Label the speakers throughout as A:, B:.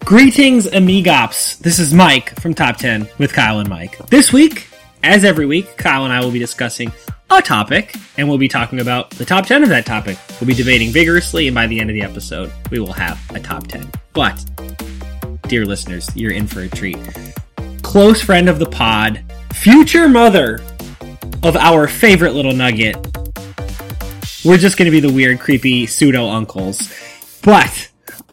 A: Greetings, amigops. This is Mike from Top 10 with Kyle and Mike. This week, as every week, Kyle and I will be discussing a topic, and we'll be talking about the top 10 of that topic. We'll be debating vigorously, and by the end of the episode, we will have a top 10. But, dear listeners, you're in for a treat. Close friend of the pod, future mother of our favorite little nugget. We're just going to be the weird, creepy pseudo uncles. But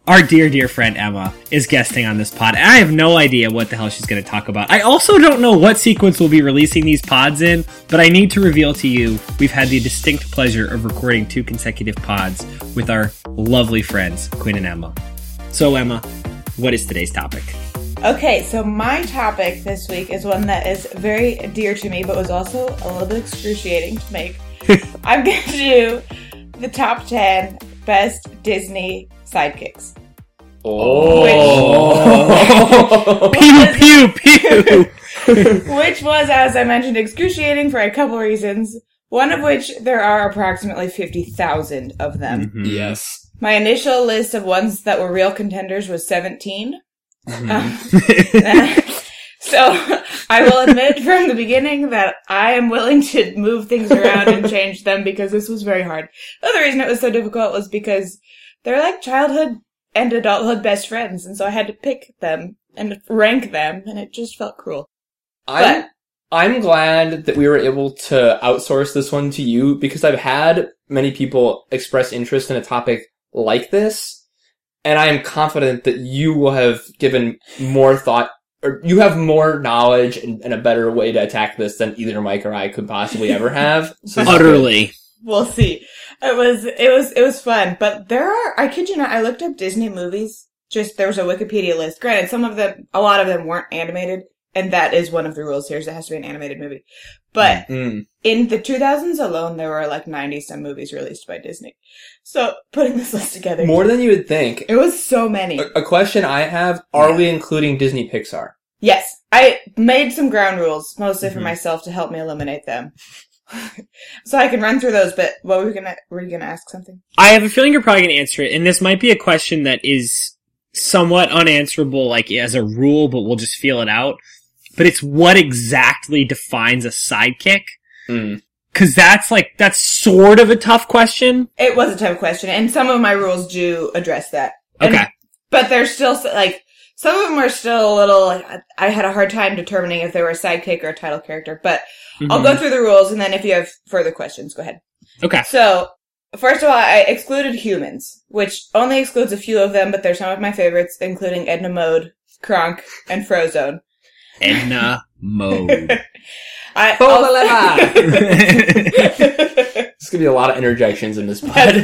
A: our dear, dear friend Emma is guesting on this pod. And I have no idea what the hell she's going to talk about. I also don't know what sequence we'll be releasing these pods in, but I need to reveal to you we've had the distinct pleasure of recording two consecutive pods with our lovely friends, Quinn and Emma. So, Emma, what is today's topic?
B: Okay, so my topic this week is one that is very dear to me, but was also a little bit excruciating to make. I'm going to do the top 10 best Disney sidekicks.
A: Oh. pew, pew, pew.
B: which was, as I mentioned, excruciating for a couple reasons. One of which there are approximately 50,000 of
A: Mm-hmm.
B: them.
C: Yes.
B: My initial list of ones that were real contenders was 17. Um, so I will admit from the beginning that I am willing to move things around and change them because this was very hard. The other reason it was so difficult was because they're like childhood and adulthood best friends, and so I had to pick them and rank them, and it just felt cruel.
C: I'm, I'm glad that we were able to outsource this one to you because I've had many people express interest in a topic like this, and I am confident that you will have given more thought, or you have more knowledge and, and a better way to attack this than either Mike or I could possibly ever have. So this is
A: Utterly.
B: We'll see. It was it was it was fun, but there are I kid you not, I looked up Disney movies. Just there was a Wikipedia list. Granted, some of them, a lot of them weren't animated, and that is one of the rules here is it has to be an animated movie. But
C: good. Mm.
B: in the 2000s alone, there were like 90 some movies released by Disney. So putting this list together,
C: More Uh, than you would think.
B: it was so many.
C: A, a question I have, are we including Disney Pixar?
B: Yes, I made some ground rules, mostly for
C: Mm-hmm.
A: Mhm.
B: myself to help me eliminate them, so I can run through those. But what were you gonna were you gonna ask something?
A: I have a feeling you're probably going to answer it, and this might be a question that is somewhat unanswerable, like as a rule, but we'll just feel it out. But it's what exactly defines a sidekick?
C: Mm.
A: Because that's like, that's sort of a tough question.
B: It was a tough question, and some of my rules do address that. And-
A: Okay.
B: but they're still s- like some of them are still a little. Like, I- I had a hard time determining if they were a sidekick or a title character, but
A: Mm-hmm.
B: I'll go through the rules, and then if you have further questions, go ahead.
A: Okay.
B: So first of all, I excluded humans, which only excludes a few of them, but they're some of my favorites, including Edna Mode, Kronk, and Frozone.
A: Edna Mode.
B: I
C: Oh, la, la,
A: okay.
C: There's gonna be a lot of interjections in this pod.
B: That's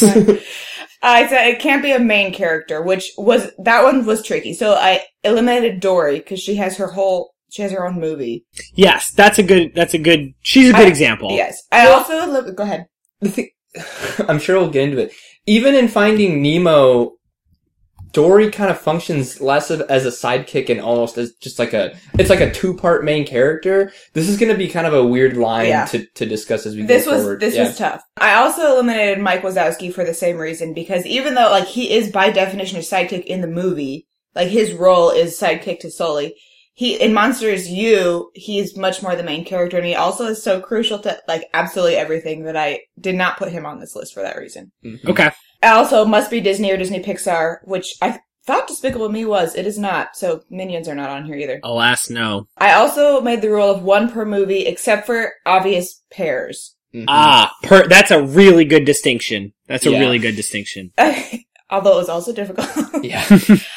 B: perfect.
A: Yes.
B: I said it can't be a main character, which was that one was tricky. So I eliminated Dory because she has her whole she has her own movie.
A: Yes, that's a good, that's a good, she's a good
B: I-
A: example.
B: Yes, I also li- go ahead.
C: the thing, I'm sure we'll get into it. Even in Finding Nemo, Dory kind of functions less of as a sidekick and almost as just like a it's like a two part main character. This is going to be kind of a weird line
B: Yeah.
C: to, to discuss as we
B: This
C: go
B: was
C: forward.
B: this
C: Yeah.
B: was tough. I also eliminated Mike Wazowski for the same reason because even though like he is by definition a sidekick in the movie, like his role is sidekick to Sully. He in Monsters U, he's much more the main character, and he also is so crucial to like absolutely everything that I did not put him on this list for that reason.
C: Mhm.
A: Okay.
B: also must be Disney or Disney Pixar, which I thought Despicable Me was. It is not, so Minions are not on here either.
A: Alas, no.
B: I also made the rule of one per movie, except for obvious pairs.
C: Mhm.
A: Ah, per, that's a really good distinction. That's a
C: Yeah.
A: really good distinction.
B: Although it was also difficult.
C: yeah.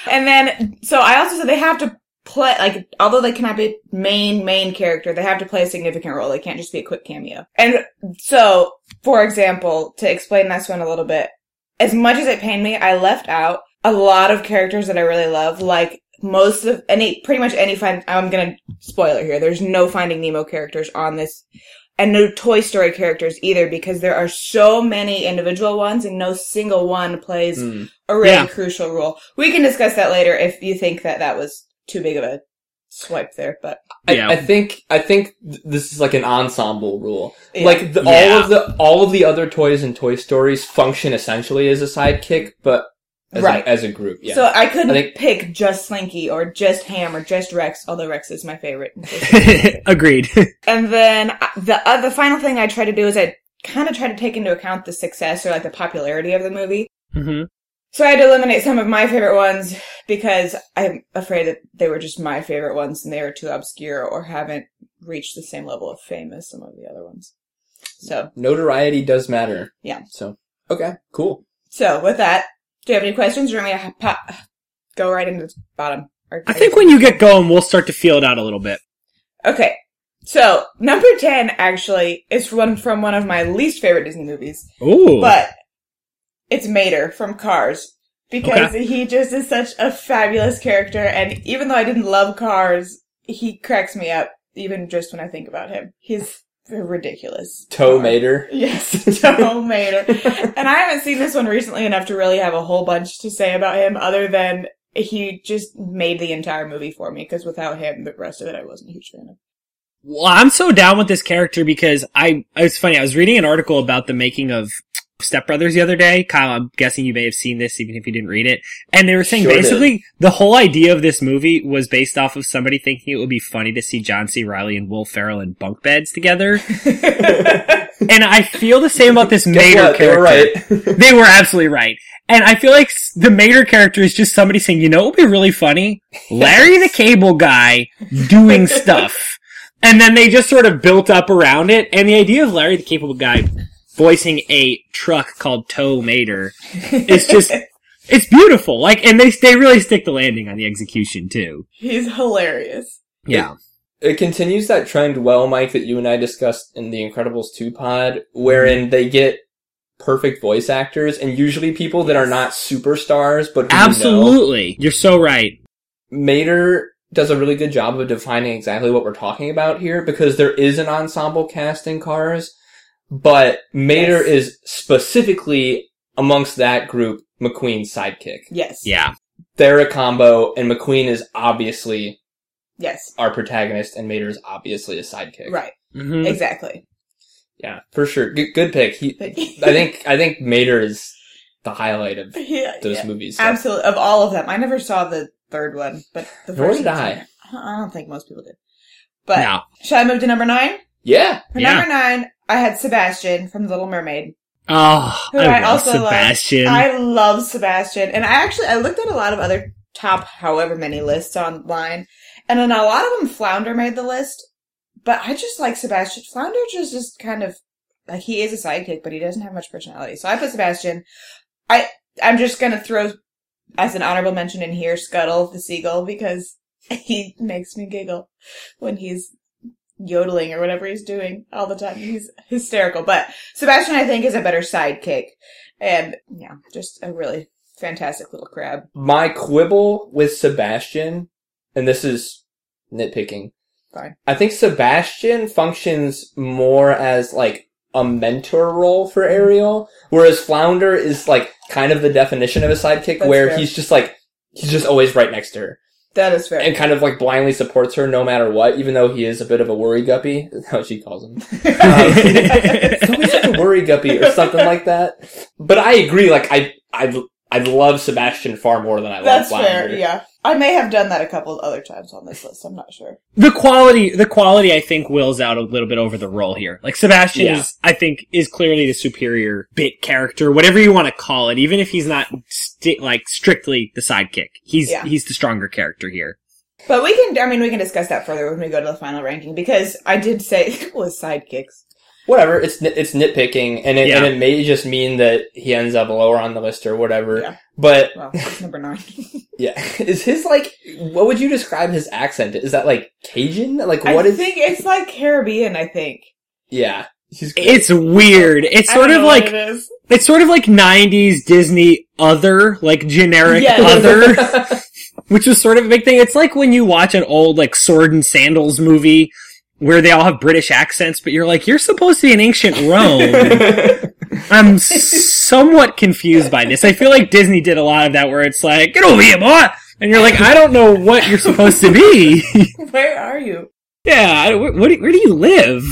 B: and then, so I also said they have to play, like, although they cannot be main, main character, they have to play a significant role. They can't just be a quick cameo. And so, for example, to explain this one a little bit, as much as it pained me, I left out a lot of characters that I really love, like most of any, pretty much any find, I'm gonna spoiler here. There's no Finding Nemo characters on this and no Toy Story characters either because there are so many individual ones and no single one plays
C: Mm.
B: a really
A: Yeah.
B: crucial role. We can discuss that later if you think that that was too big of a swipe there, but
C: I,
A: Yeah.
C: I think I think th- this is like an ensemble rule.
B: Yeah.
C: Like the,
A: Yeah.
C: all of the all of the other toys in Toy Stories function essentially as a sidekick, but as,
B: Right.
C: a, as a group. Yeah.
B: So I couldn't
C: I think-
B: pick just Slinky or just Ham or just Rex, although Rex is my favorite.
A: Agreed.
B: and then uh, the other final thing I try to do is I kind of try to take into account the success or like the popularity of the movie.
A: Mhm.
B: So I had to eliminate some of my favorite ones because I'm afraid that they were just my favorite ones and they were too obscure or haven't reached the same level of fame as some of the other ones. So,
C: Notoriety does matter.
B: Yeah.
C: So, okay, cool.
B: so with that, do you have any questions or am I gonna pop, go right into the bottom? Or-
A: I think when you get going, we'll start to feel it out a little bit.
B: Okay. So, number 10 actually is one from one of my least favorite Disney movies,
A: Ooh.
B: but it's Mater from Cars because he just is such a fabulous character and even though I didn't love Cars, he cracks me up even just when I think about him. He's ridiculous.
C: Toe Mater.
B: Yes, Joe Mater. And I haven't seen this one recently enough to really have a whole bunch to say about him other than he just made the entire movie for me because without him, the rest of it I wasn't a huge fan of.
A: Well, I'm so down with this character because I, it's funny, I was reading an article about the making of Step Brothers the other day. Kyle, I'm guessing you may have seen this even if you didn't read it. And they were saying
C: Sure did.
A: basically the whole idea of this movie was based off of somebody thinking it would be funny to see John C. Riley and Will Ferrell in bunk beds together. and I feel the same about this
C: Guess
A: Mater
C: what? They
A: character
C: were right.
A: they were absolutely right. And I feel like s- the Mater character is just somebody saying, you know, it would be really funny? Larry the Cable Guy doing stuff. And then they just sort of built up around it. And the idea of Larry the Cable Guy voicing a truck called Tow Mater is just, it's beautiful. Like, and they, they really stick the landing on the execution too.
B: He's hilarious.
A: Yeah.
C: It continues that trend well, Mike, that you and I discussed in the Incredibles 2 pod, wherein they get perfect voice actors and usually people that are not superstars, but who you know.
A: Absolutely. You're so right.
C: Mater does a really good job of defining exactly what we're talking about here because there is an ensemble cast in Cars, but Mater
B: Yes.
C: is specifically amongst that group McQueen's sidekick.
B: Yes.
A: Yeah.
C: They're a combo, and McQueen is obviously
B: Yes.
C: our protagonist, and Mater is obviously a sidekick.
B: Right.
C: Mm.
A: Mhm.
B: Exactly.
C: Yeah, for sure. Good, good pick. He,
B: But-
C: I think, I think Mater is the highlight of
B: yeah,
C: those
B: yeah.
C: movies. so.
B: Absolutely. Of all of them. I never saw the third one, but the
C: Nor
B: first
C: did
B: one's
C: I.
B: fine. I. don't- I don't think most people did. But
A: No.
B: shall I move to number nine?
C: Yeah.
B: For
A: Yeah.
B: number nine, I had Sebastian from The Little Mermaid.
A: Oh,
B: Who
A: I,
B: I
A: love
B: also love.
A: Sebastian.
B: I love Sebastian. And I actually, I looked at a lot of other top however many lists online. And then a lot of them Flounder made the list. But I just like Sebastian. Flounder just is kind of, like, he is a sidekick, but he doesn't have much personality. So I put Sebastian. I, I'm just gonna throw, as an honorable mention in here, Scuttle the Seagull, because he makes me giggle when he's yodeling or whatever he's doing all the time. He's hysterical. But Sebastian, I think, is a better sidekick. And yeah, just a really fantastic little crab.
C: my quibble with Sebastian, and this is nitpicking.
B: Fine.
C: I think Sebastian functions more as like a mentor role for
B: Mm-hmm.
C: Ariel, whereas Flounder is like kind of the definition of a sidekick
B: That's
C: where
B: fair.
C: he's just like, he's just always right next to her
B: That is fair.
C: and kind of like blindly supports her no matter what, even though he is a bit of a worry guppy. That's how she calls him. It's always like a worry guppy or something like that. But I agree, like I, I, I love Sebastian far more than I
B: That's
C: love Flounder.
B: fair. Yeah, I may have done that a couple other times on this list. I'm not sure.
A: the quality the quality I think wills out a little bit over the role here. Like Sebastian
C: Yeah.
A: is I think is clearly the superior bit character, whatever you want to call it, even if he's not sti like strictly the sidekick. He's
B: Yeah.
A: he's the stronger character here.
B: But we can. I mean, we can discuss that further when we go to the final ranking because I did say it was sidekicks.
C: whatever. It's nit- it's nitpicking, and it,
A: Yeah.
C: and it may just mean that he ends up lower on the list or whatever.
B: Yeah.
C: But
B: Well, it's number nine.
C: yeah, is his like what would you describe his accent? Is that like Cajun? Like what
B: I
C: is?
B: think it's like Caribbean. I think
C: Yeah, he's great.
A: It's weird. It's
B: I
A: sort
B: don't
A: of
B: know what
A: like
B: it is.
A: it's sort of like 90s Disney other, like generic
B: Yes.
A: other. which was sort of a big thing. It's like when you watch an old like sword and sandals movie where they all have British accents, but you're like, you're supposed to be in ancient Rome. I'm somewhat confused by this. I feel like Disney did a lot of that where it's like, get over here, boy! And you're like, I don't know what you're supposed to be.
B: Where are you?
A: yeah, I- wh- what, do- where do you live?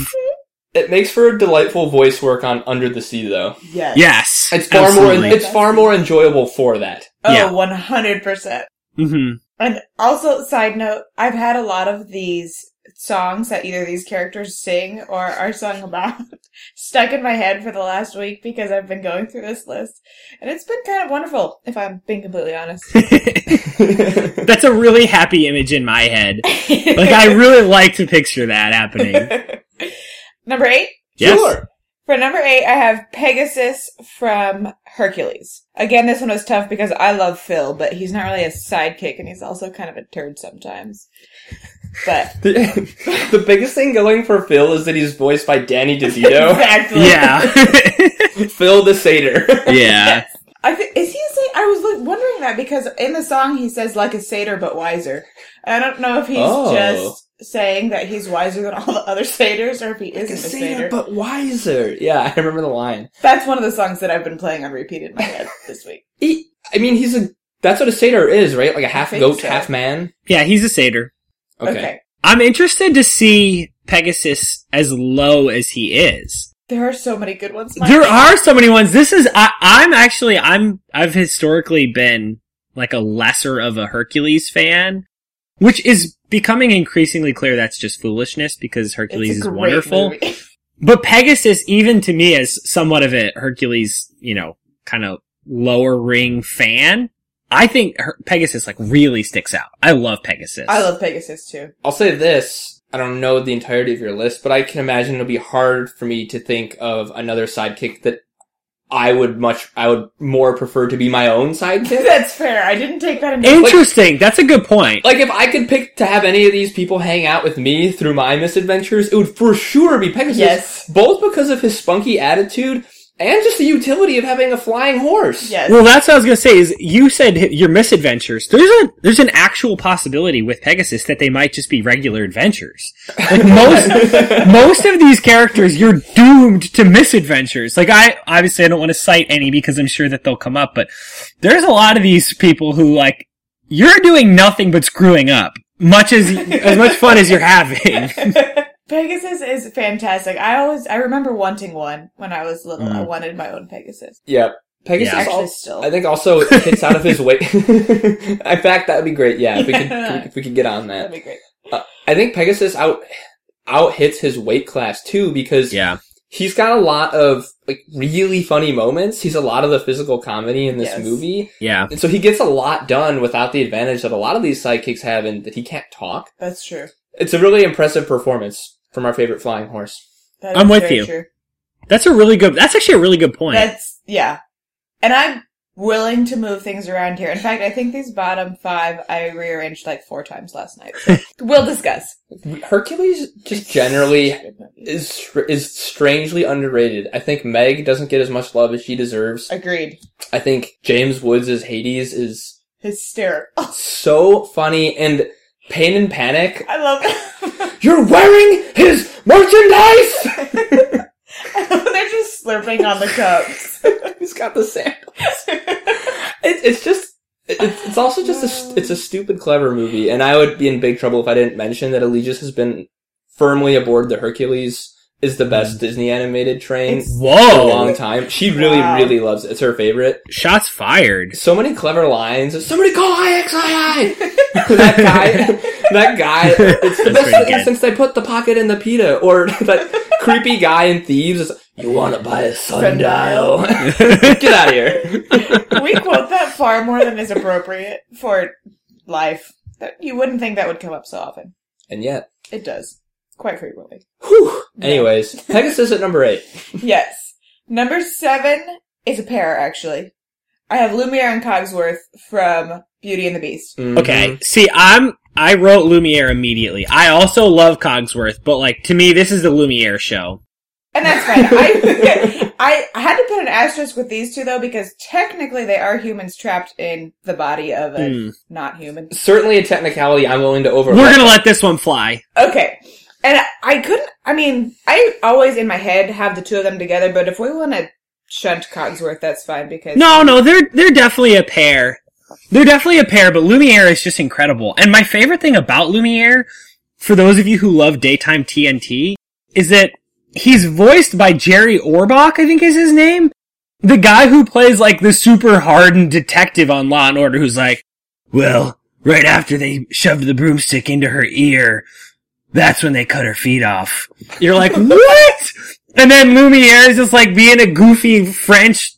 C: it makes for delightful voice work on Under the Sea, though.
B: Yes.
A: Yes.
C: It's far
A: absolutely.
C: more. It's far more enjoyable for that.
B: Oh,
A: Yeah.
B: 100%.
A: Mm-hmm.
B: And also, side note, I've had a lot of these songs that either these characters sing or are sung about stuck in my head for the last week because I've been going through this list. And it's been kind of wonderful, if I'm being completely honest.
A: That's a really happy image in my head. Like I really like to picture that happening.
B: Number eight.
A: Yes.
C: Sure.
B: For number eight, I have Pegasus from Hercules. Again, this one was tough because I love Phil, but he's not really a sidekick and he's also kind of a turd sometimes. But
C: The, the biggest thing going for Phil is that he's voiced by Danny DeVito.
B: exactly.
A: Oh, Yeah.
C: Phil the Satyr.
A: yeah.
B: I thi- is he a satyr? I was like, wondering that because in the song he says like a satyr but wiser. I don't know if he's
C: Oh.
B: just saying that he's wiser than all the other satyrs or if he isn't a satyr.
C: but wiser. Yeah, I remember the line.
B: That's one of the songs that I've been playing on repeat in my head this week.
C: He, I mean, he's a. That's what a satyr is, right? Like a half
B: think
C: goat,
B: so.
C: half man.
A: Yeah, he's a satyr.
C: Okay.
A: I'm interested to see Pegasus as low as he is.
B: There are so many good ones. Mike.
A: There are so many ones. This is I, I'm actually I'm I've historically been like a lesser of a Hercules fan, which is becoming increasingly clear that's just foolishness because
B: It's a
A: Hercules is
B: great
A: wonderful.
B: movie.
A: But Pegasus, even to me as somewhat of a Hercules, you know, kind of lower ring fan, I think Her- Pegasus like really sticks out. I love Pegasus.
B: I love Pegasus too.
C: I'll say this. I don't know the entirety of your list, but I can imagine it'll be hard for me to think of another sidekick that I would much, I would more prefer to be my own sidekick.
B: That's fair. I didn't take that into
A: Interesting. that's a good point.
C: Like if I could pick to have any of these people hang out with me through my misadventures, it would for sure be Pegasus.
B: Yes.
C: Both because of his spunky attitude and just the utility of having a flying horse.
B: Yes.
A: Well, that's what I was gonna say. Is you said hi- your misadventures? There's a there's an actual possibility with Pegasus that they might just be regular adventures. Like most most of these characters, you're doomed to misadventures. Like I obviously I don't want to cite any because I'm sure that they'll come up, but there's a lot of these people who like you're doing nothing but screwing up. Much as as much fun as you're having.
B: Pegasus is fantastic. I always I remember wanting one when I was little. I
A: Mm.
B: wanted my own Pegasus.
C: Yep. Pegasus
A: Yeah.
C: al-
B: Actually, still.
C: I think also hits out of his way. In fact, that would be great. Yeah, if we could if we could get on
B: That'd
C: that.
B: be great.
C: I think Pegasus out out hits his weight class too because
A: Yeah.
C: he's got a lot of like really funny moments. He's a lot of the physical comedy in this
B: Yes.
C: movie.
A: Yeah.
C: And so he gets a lot done without the advantage that a lot of these sidekicks have in that he can't talk.
B: That's true.
C: It's a really impressive performance from our favorite flying horse.
B: That
A: I'm
B: is
A: with
B: very
A: you.
B: True.
A: That's a really good that's actually a really good point.
B: That's yeah. And I'm willing to move things around here. In fact, I think these bottom five I rearranged like four times last night. So, we'll discuss.
C: Hercules just generally
B: Good movie.
C: is str- is strangely underrated. I think Meg doesn't get as much love as she deserves.
B: agreed.
C: I think James Woods as Hades is
B: Hysterical.
C: so funny and pain and panic.
B: I love it.
C: You're wearing his merchandise.
B: They're just slurping on the cups.
C: He's got the sample. It, it's just. it- It's, it's also just a st- it's a stupid clever movie, and I would be in big trouble if I didn't mention that Allegius has been firmly aboard the Hercules is the best Disney animated train
B: It's-
C: for a long
A: Whoa.
C: time. She really
B: Wow.
C: really loves it. It's her favorite.
A: Shots fired.
C: so many clever lines. Somebody call IXII! that guy, that guy. It's
A: That's
C: the best
A: pretty
C: thing
A: good.
C: since they put the pocket in the pita, or that creepy guy in Thieves. Is, you want to buy a sundial? Get out of here!
B: we quote that far more than is appropriate for life. That you wouldn't think that would come up so often.
C: And yet,
B: It does quite frequently.
C: whew. Anyways, Pegasus at number eight.
B: Yes. Number seven is a pair, actually. I have Lumiere and Cogsworth from Beauty and the Beast.
C: Mm-hmm.
A: Okay. See, I'm I wrote Lumiere immediately. I also love Cogsworth, but like to me this is the Lumiere show.
B: And that's fine. I, I had to put an asterisk with these two though because technically they are humans trapped in the body of a
A: Hmm.
B: not human.
C: Certainly a technicality I'm willing to overlook.
A: We're gonna let this one fly.
B: Okay. And I- I couldn't, I mean, I always in my head have the two of them together, but if we want to shunt Cogsworth, that's fine because.
A: No, no, they're they're definitely a pair. They're definitely a pair, but Lumiere is just incredible. And my favorite thing about Lumiere, for those of you who love daytime TNT, is that he's voiced by Jerry Orbach, I think is his name. the guy who plays like the super hardened detective on Law and Order who's like, well, right after they shoved the broomstick into her ear, that's when they cut her feet off. You're like, what? And then Lumiere is just like being a goofy French,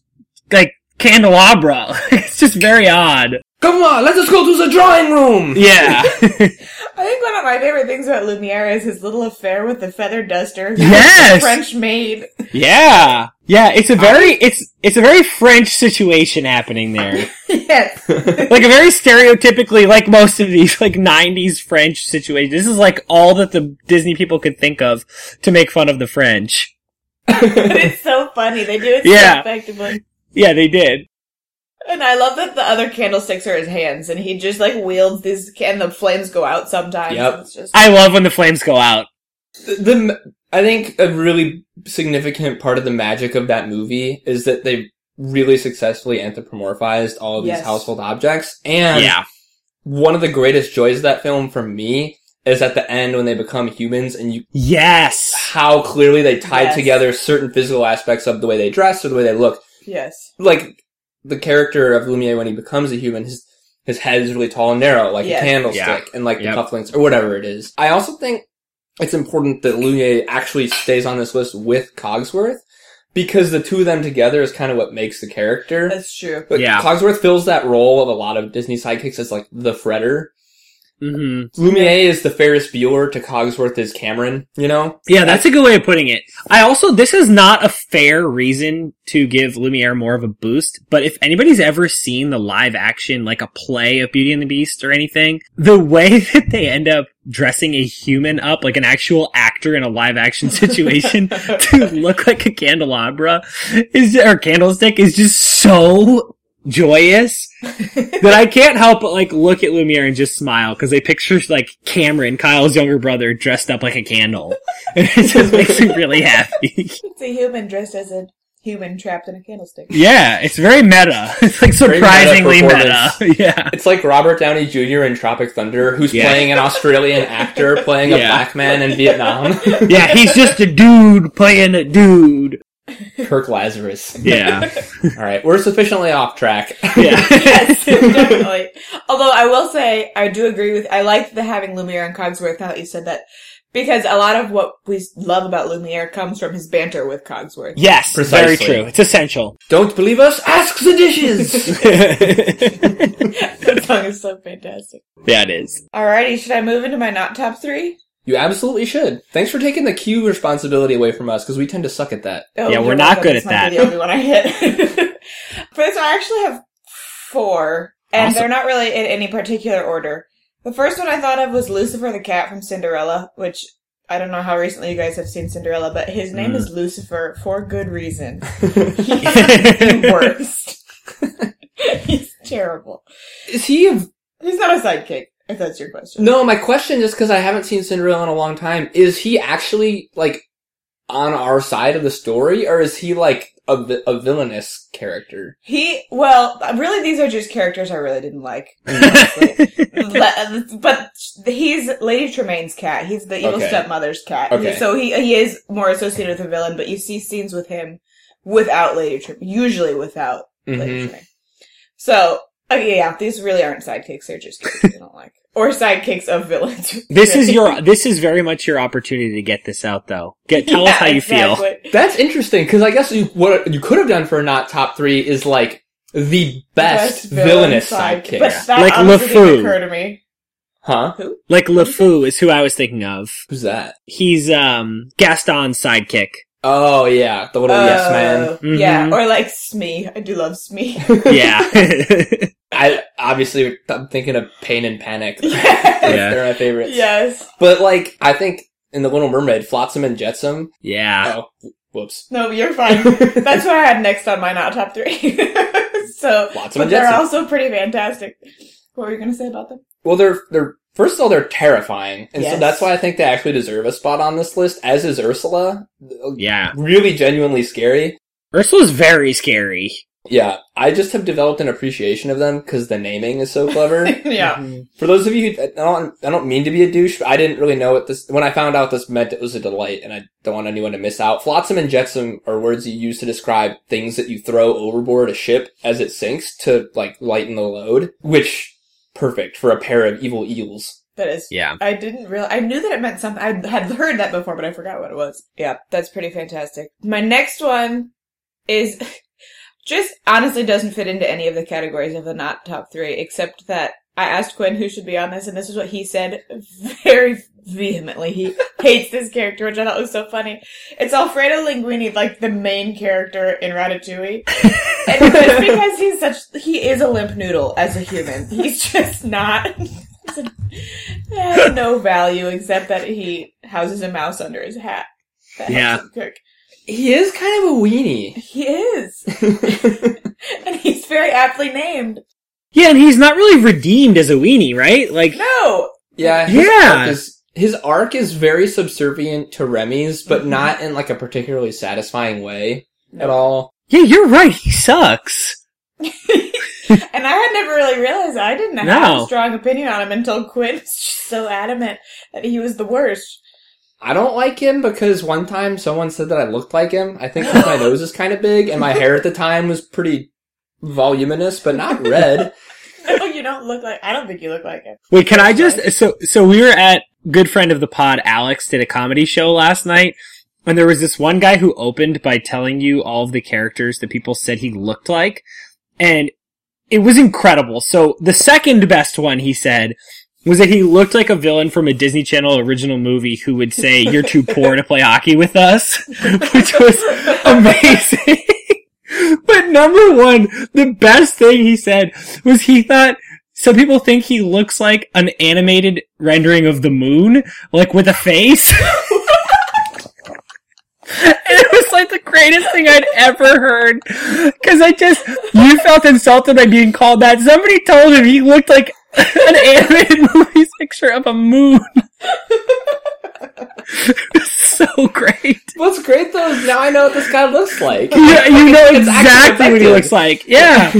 A: like, candelabra. it's just very odd.
C: Come on, let us go to the drawing room.
A: Yeah.
B: I think one of my favorite things about Lumiere is his little affair with the feather duster.
A: Yes!
B: French maid.
A: yeah. Yeah, it's a very, it's, it's a very French situation happening there.
B: yes.
A: like a very stereotypically like most of these like 90s french situation this is like all that the disney people could think of to make fun of the french
B: But it's so funny. They do it
A: Yeah.
B: so effectively.
A: yeah they did
B: And I love that the other candlesticks are his hands and he just like wields these and the flames go out sometimes.
C: Yep.
B: It's just
A: i love when the flames go out
C: the, the- I think a really significant part of the magic of that movie is that they really successfully anthropomorphized all of these
B: Yes.
C: household objects. And one of the greatest joys of that film for me is at the end when they become humans and you
A: yes
C: how clearly they tied
B: Yes.
C: together certain physical aspects of the way they dress or the way they look.
B: yes.
C: Like the character of Lumiere when he becomes a human, his his head is really tall and narrow, like
B: Yes.
C: a candlestick,
A: Yeah.
C: and like the
A: Yep.
C: cufflinks or whatever it is. I also think it's important that Lumiere actually stays on this list with Cogsworth because the two of them together is kind of what makes the character.
B: That's true.
C: but
A: Yeah.
C: Cogsworth fills that role of a lot of Disney sidekicks as like the fretter.
A: mm-hmm.
C: Lumiere is the Ferris Bueller to Cogsworth is Cameron, you know?
A: yeah that's a good way of putting it i also this is not a fair reason to give lumiere more of a boost but if anybody's ever seen the live action like a play of beauty and the beast or anything the way that they end up dressing a human up like an actual actor in a live action situation to look like a candelabra is or candlestick is just so joyous that I can't help but like look at Lumiere and just smile because they picture like Cameron, Kyle's younger brother, dressed up like a candle. And it just makes me really happy.
B: It's a human dressed as a human trapped in a candlestick.
A: Yeah, it's very meta. It's like
C: Very meta
A: surprisingly meta.
C: performance.
A: Yeah.
C: It's like Robert Downey Jr. in Tropic Thunder, who's
A: Yeah.
C: playing an Australian actor playing a
A: Yeah.
C: black man in Vietnam.
A: Yeah, he's just a dude playing a dude.
C: Kirk Lazarus.
A: Yeah.
C: All right, we're sufficiently off track.
A: Yeah.
B: yes, definitely. Although I will say, I do agree with, I like the having Lumiere and Cogsworth now that you said that, because a lot of what we love about Lumiere comes from his banter with Cogsworth.
A: Yes, very
C: Precisely.
A: true. It's essential.
C: Don't believe us? Ask the dishes.
B: that song is so fantastic.
A: Yeah, it is.
B: Alrighty, should I move into my not top three?
C: you absolutely should. Thanks for taking the cue responsibility away from us because we tend to suck at that.
B: Oh,
A: Yeah, we're
B: you're
A: not
B: welcome.
A: good
B: It's
A: at
B: not
A: that.
B: The only one I hit. For this one, I actually have four, and
A: Awesome.
B: they're not really in any particular order. The first one I thought of was Lucifer the cat from Cinderella, which I don't know how recently you guys have seen Cinderella, but his name
A: Mm.
B: is Lucifer for good reason. He's the worst. He's terrible.
C: Is he a...
B: He's not a sidekick, if that's your question.
C: No, my question is because I haven't seen Cinderella in a long time. Is he actually, like, on our side of the story or is he, like, a, vi- a villainous character?
B: He, well, really, these are just characters I really didn't like. honestly. Le- but he's Lady Tremaine's cat. He's the evil
C: Okay.
B: stepmother's cat.
C: Okay.
B: So he he is more associated with a villain, but you see scenes with him without Lady Tremaine, usually without Lady
A: Mm-hmm.
C: Mhm.
B: Tremaine. So, okay, yeah, these really aren't sidekicks. They're just characters I don't like. Or sidekicks of villains.
A: This is your this is very much your opportunity to get this out though. Get tell us how you feel.
C: That's interesting because I guess you, what you could have done for a not top three is like the best, villainous sidekick,
B: But that
A: Like
B: like honestly didn't
A: LeFou.
B: occur to me.
C: huh?
A: Like LeFou is who I was thinking of.
C: Who's that?
A: He's um Gaston's sidekick.
C: Oh yeah, the little yes man.
B: Oh, Yeah,
A: Mhm.
B: or like Smee. I do love Smee.
A: Yeah.
C: I obviously I'm thinking of Pain and Panic.
B: yes.
A: Yeah.
C: They're my favorites.
B: yes.
C: But like I think in the Little Mermaid, Flotsam and Jetsam.
A: yeah.
C: Oh, whoops.
B: No, you're fine. That's what I had next on my not top three. so
C: Flotsam
B: but
C: and
B: they're
C: Jetsam.
B: also pretty fantastic. What were you gonna say about them?
C: well, they're they're first of all they're terrifying, and so
B: Yes.
C: that's why I think they actually deserve a spot on this list. As is Ursula.
A: Yeah.
C: Really genuinely scary.
A: Ursula's very scary.
C: Yeah, I just have developed an appreciation of them because the naming is so clever.
B: yeah.
C: For those of you, who, I don't, I don't mean to be a douche, but I didn't really know what this. When I found out this meant, it was a delight, and I don't want anyone to miss out. Flotsam and jetsam are words you use to describe things that you throw overboard a ship as it sinks to like lighten the load, which perfect for a pair of evil eels.
B: That is.
A: Yeah.
B: I didn't real. I knew that it meant something. I had heard that before, but I forgot what it was. Yeah, that's pretty fantastic. My next one is just honestly doesn't fit into any of the categories of the not top three, except that I asked Quinn who should be on this, and this is what he said very vehemently. He hates this character, which I thought was so funny. It's Alfredo Linguini, like the main character in Ratatouille. and just because he's such, he is a limp noodle as a human. He's just not. It has no value except that he houses a mouse under his hat. That helps
A: Yeah.
B: him cook.
C: He is kind of a weenie.
B: He is. and he's very aptly named.
A: Yeah, and he's not really redeemed as a weenie, right? Like,
B: No!
C: Yeah, his
A: Yeah.
C: Arc is, his arc is very subservient to Remy's, but not in like a particularly satisfying way at all.
A: yeah, you're right. He sucks.
B: And I had never really realized I didn't have
A: No.
B: a strong opinion on him until Quinn was just so adamant that he was the worst.
C: I don't like him because one time someone said that I looked like him. I think 'cause my nose is kind of big and my hair at the time was pretty voluminous, but not red.
B: No, you don't look like, I don't think you look like him.
A: Wait, can I just? So, so we were at good friend of the pod, Alex, did a comedy show last night, and there was this one guy who opened by telling you all of the characters that people said he looked like, and it was incredible. So the second best one he said was that he looked like a villain from a Disney Channel original movie who would say, "You're too poor to play hockey with us," which was amazing. but number one, the best thing he said was he thought some people think he looks like an animated rendering of the moon, like with a face. And it was like the greatest thing I'd ever heard. Cause I just, you felt insulted by being called that. Somebody told him he looked like an animated movie picture of a moon. It was so great.
C: What's great though is now I know what this guy looks like.
A: Yeah, you know
C: It's actually
A: exactly what he
C: effective.
A: looks like. Yeah.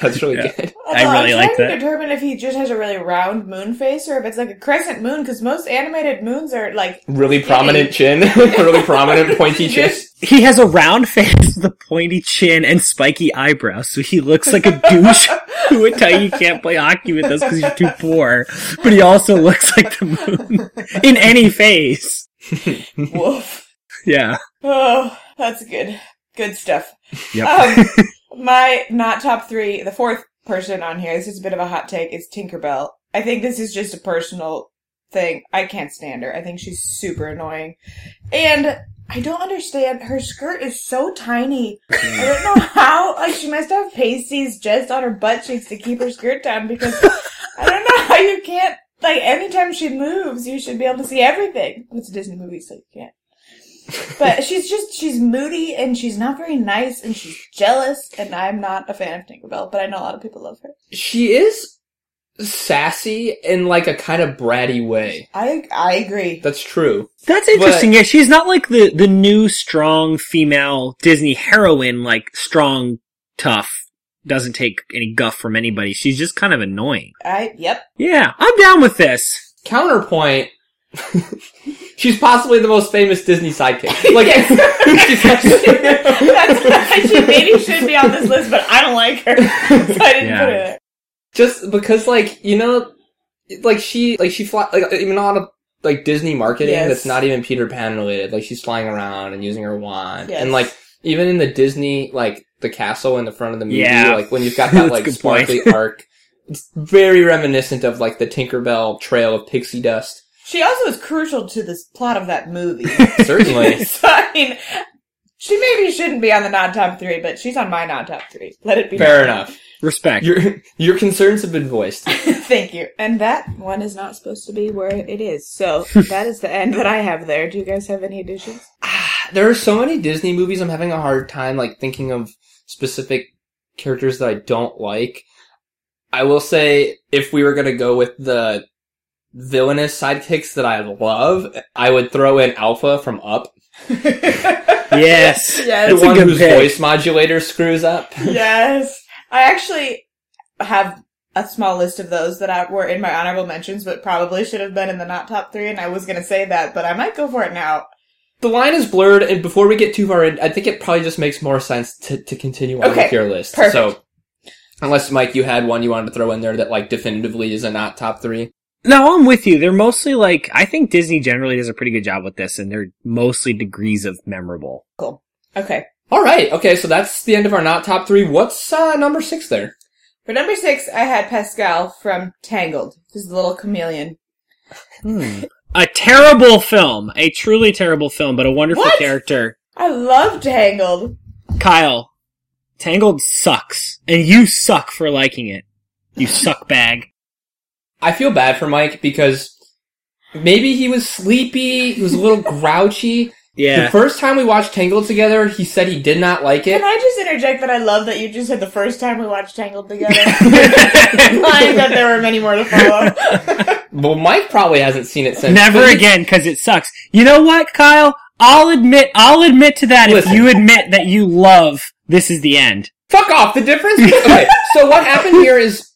C: That's really
A: Yeah.
C: good.
A: I
B: Although
A: really
B: I'm
A: like
B: trying
A: that.
B: to determine if he just has a really round moon face or if it's like a crescent moon, because most animated moons are like
C: Really prominent chin, really prominent pointy chin.
A: He has a round face with a pointy chin and spiky eyebrows, so he looks like a douche who would tell you you can't play hockey with us because you're too poor. But he also looks like the moon in any face.
B: woof.
A: Yeah.
B: Oh, that's good. Good stuff.
A: Yep.
B: Um, my not top three, the fourth person on here, this is a bit of a hot take, is Tinkerbell. I think this is just a personal thing. I can't stand her. I think she's super annoying. And I don't understand. Her skirt is so tiny. I don't know how. Like, she must have pasties just on her butt cheeks to keep her skirt down because I don't know how you can't. Like, anytime she moves, you should be able to see everything. It's a Disney movie, so you can't but she's just she's moody and she's not very nice and she's jealous and I'm not a fan of Tinkerbell, but I know a lot of people love her.
C: She is sassy in like a kind of bratty way.
B: I I agree.
C: That's true.
A: That's interesting. yeah, she's not like the, the new strong female Disney heroine, like strong, tough, doesn't take any guff from anybody. She's just kind of annoying.
B: I yep.
A: Yeah, I'm down with this.
C: Counterpoint. She's possibly the most famous Disney sidekick. Like,
B: That's why she maybe should be on this list, but I don't like her. So I didn't
A: Yeah.
B: put her there.
C: just because like you know like she like she fly like even on a like disney marketing
B: Yes.
C: that's not even peter pan related like she's flying around and using her wand
B: Yes.
C: and like even in the disney like the castle in the front of the movie
A: Yeah.
C: like when you've got
A: That's
C: that
A: a
C: like
A: good point.
C: sparkly arc it's very reminiscent of like the tinkerbell trail of pixie dust
B: She also is crucial to this plot of that movie.
C: certainly
B: so I mean she maybe shouldn't be on the non top three, but she's on my non top three. Let it be
C: fair enough
A: Respect.
C: your your concerns have been voiced
B: Thank you. And that one is not supposed to be where it is. So that is the end that I have there. Do you guys have any additions?
C: there are so many Disney movies I'm having a hard time like thinking of specific characters that I don't like. I will say if we were gonna go with the villainous sidekicks that I love, I would throw in Alpha from Up.
A: Yes.
C: the
A: That's a
B: Yes.
C: one
A: good
C: whose
A: pick.
C: voice modulator screws up.
B: yes. I actually have a small list of those that I, were in my honorable mentions, but probably should have been in the not top three. And I was going to say that, but I might go for it now.
C: The line is blurred, and before we get too far in, I think it probably just makes more sense to, to continue on
B: Okay,
C: with your list.
B: perfect.
C: So, unless Mike, you had one you wanted to throw in there that like definitively is a not top three.
A: No, I'm with you. They're mostly like I think Disney generally does a pretty good job with this, and they're mostly degrees of memorable.
B: Okay.
C: All right, okay, so that's the end of our not top three. What's uh, number six there?
B: For number six, I had Pascal from Tangled. He's a little chameleon.
C: Hmm.
A: A terrible film, a truly terrible film, but a wonderful
B: What?
A: character.
B: I love Tangled.
A: Kyle, Tangled sucks, and you suck for liking it. You suck bag.
C: I feel bad for Mike because maybe he was sleepy, he was a little grouchy. The
A: Yeah.
C: first time we watched Tangled together, he said he did not like it.
B: Can I just interject that I love that you just said the first time we watched Tangled together? Implying that there were many more to follow.
C: Well, Mike probably hasn't seen it since.
A: Never
C: But he-
A: again, because it sucks. You know what, Kyle? I'll admit, I'll admit to that
C: Listen.
A: if you admit that you love This Is the End.
C: Fuck off. The difference. Okay. so what happened here is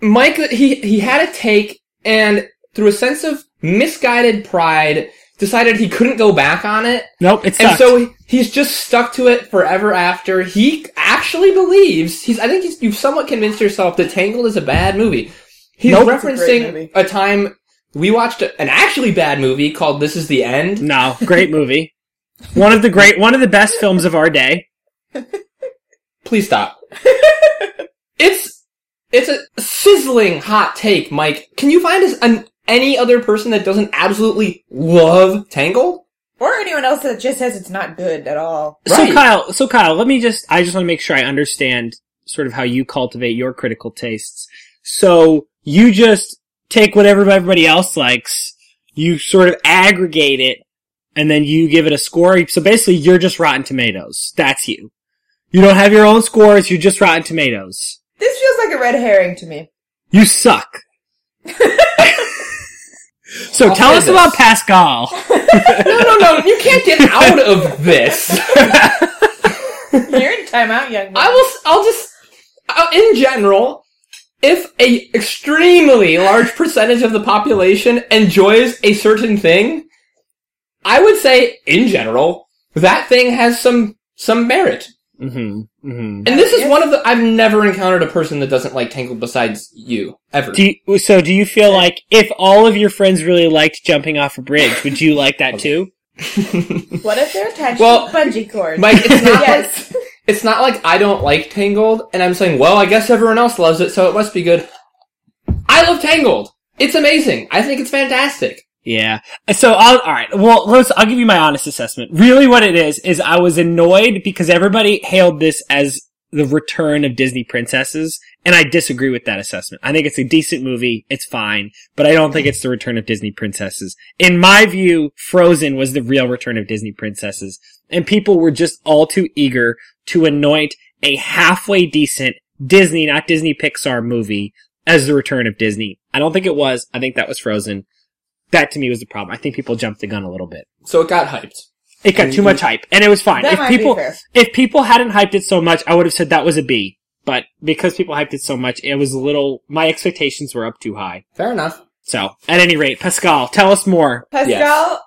C: Mike. He he had a take, and through a sense of misguided pride, decided he couldn't go back on it,
A: Nope, it
C: and
A: sucks.
C: so he's just stuck to it forever after. He actually believes he's. I think he's, you've somewhat convinced yourself that Tangled is a bad movie. He's
A: Nope.
B: It's a great
C: referencing
B: movie.
C: a, time we watched a, an actually bad movie called This Is the End.
A: no, great movie. One of the great, one of the best films of our day.
C: Please stop. it's it's a sizzling hot take, Mike. Can you find us an, any other person that doesn't absolutely love Tangle?
B: Or anyone else that just says it's not good at all.
A: So
C: Right.
A: Kyle, so Kyle, let me just, I just want to make sure I understand sort of how you cultivate your critical tastes. So you just take whatever everybody else likes, you sort of aggregate it, and then you give it a score. So basically you're just Rotten Tomatoes. That's you. You don't have your own scores, you're just Rotten Tomatoes.
B: This feels like a red herring to me.
A: You suck. so
C: I'll
A: tell
C: say
A: us about
C: this.
A: Pascal.
C: No, no, no. You can't get out of this.
B: You're in timeout, young man.
C: I will. s- I'll just. Uh, in general, if a extremely large percentage of the population enjoys a certain thing, I would say, in general, that thing has some some merit.
A: hmm hmm
C: And this is
B: Yes.
C: one of the I've never encountered a person that doesn't like Tangled besides you ever.
A: Do you, so do you feel like if all of your friends really liked jumping off a bridge, would you like that too?
B: What if they're attached
C: Well,
B: to bungee cords?
C: Mike, it's not like
B: yes.
C: it's not like I don't like Tangled, and I'm saying, well, I guess everyone else loves it, so it must be good. I love Tangled. It's amazing. I think it's fantastic.
A: Yeah. So I'll, alright, well, let's, I'll give you my honest assessment. Really what it is, is I was annoyed because everybody hailed this as the return of Disney princesses, and I disagree with that assessment. I think it's a decent movie, it's fine, but I don't think it's the return of Disney princesses. In my view, Frozen was the real return of Disney princesses, and people were just all too eager to anoint a halfway decent Disney, not Disney Pixar movie as the return of Disney. I don't think it was. I think that was Frozen. That to me was the problem. I think people jumped the gun a little bit.
C: So it got hyped.
A: It got too much hype, and it was fine.
B: That
A: if
B: might
A: people
B: be fair.
A: if people hadn't hyped it so much, I would have said that was a B. But because people hyped it so much, it was a little. My expectations were up too high.
C: Fair enough.
A: So, at any rate, Pascal, tell us more.
B: Pascal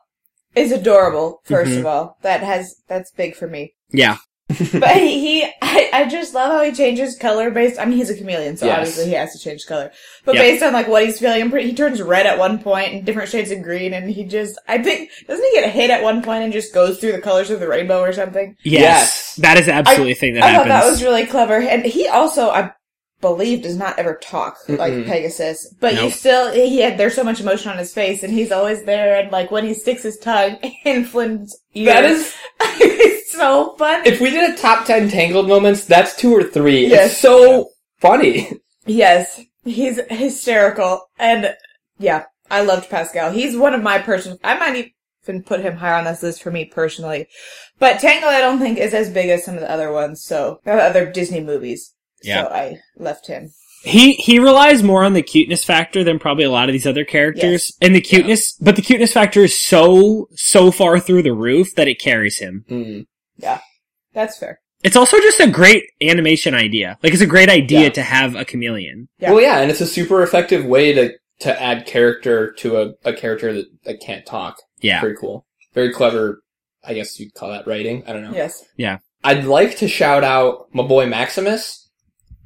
B: is adorable, 1st of all. That has, that's big for me.
A: Yeah,
B: But he, he- I, I just love how he changes color based, I mean, he's a chameleon, so
C: Yes.
B: obviously he has to change color. But
A: Yep.
B: based on like what he's feeling, I'm pretty- he turns red at one point and different shades of green and he just, I think, doesn't he get hit at one point and just goes through the colors of the rainbow or something?
A: yes,
C: Yes.
A: that is absolutely a thing that
B: I
A: happens.
B: thought that was really clever. And he also, I believe, does not ever talk like Pegasus. But you
A: Nope.
B: still, he had, there's so much emotion on his face and he's always there. And like when he sticks his tongue in Flynn's ear.
C: That is,
B: it's so funny.
C: if we did a top ten Tangled moments, that's two or three.
B: Yes.
C: It's so funny.
B: yes. He's hysterical. And yeah, I loved Pascal. He's one of my person, I might even put him higher on this list for me personally. But Tangled I don't think is as big as some of the other ones. So, the other Disney movies.
A: Yeah.
B: So I left him.
A: He he relies more on the cuteness factor than probably a lot of these other characters. And the
C: Hmm.
A: cuteness, but the cuteness factor is so so far through the roof that it carries him.
B: That's fair.
A: It's also just a great animation idea. Like it's a great idea
C: Yeah.
A: to have a chameleon.
B: Yeah.
C: Well, yeah, and it's a super effective way to to add character to a, a character that, that can't talk.
A: Yeah.
C: Pretty cool. Very clever. I guess you'd call that writing. I don't know.
B: Yes.
C: I'd like to shout out my boy Maximus.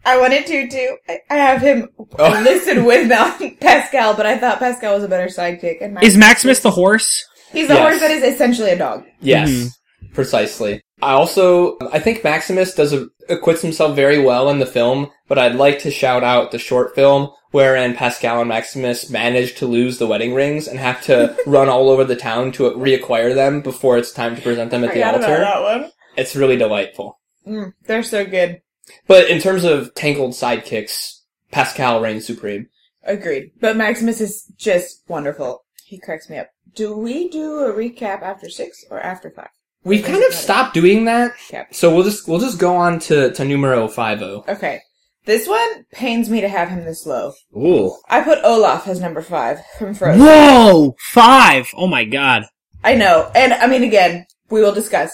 B: I wanted to do. I I have him
C: Oh.
B: listed with Mal- Pascal, but I thought Pascal was a better sidekick. And
A: Is Maximus the horse?
B: He's the
C: Yes.
B: horse that is essentially a dog.
C: Yes,
A: Mhm.
C: precisely. I also I think Maximus does a, acquits himself very well in the film, but I'd like to shout out the short film wherein Pascal and Maximus manage to lose the wedding rings and have to run all over the town to reacquire them before it's time to present them at the altar.
B: that
C: It's really delightful.
B: one. Mm, they're so good.
C: But in terms of tangled sidekicks, Pascal reigns supreme.
B: Agreed. But Maximus is just wonderful. He cracks me up. Do we do a recap after six or after five?
C: We've kind of stopped doing that,
B: Yep.
C: so we'll just we'll just go on to to numero five oh. zero.
B: Okay. This one pains me to have him this low.
A: Ooh.
B: I put Olaf as number five from Frozen.
A: Whoa! Five! Oh my god.
B: I know. And I mean, again, we will discuss.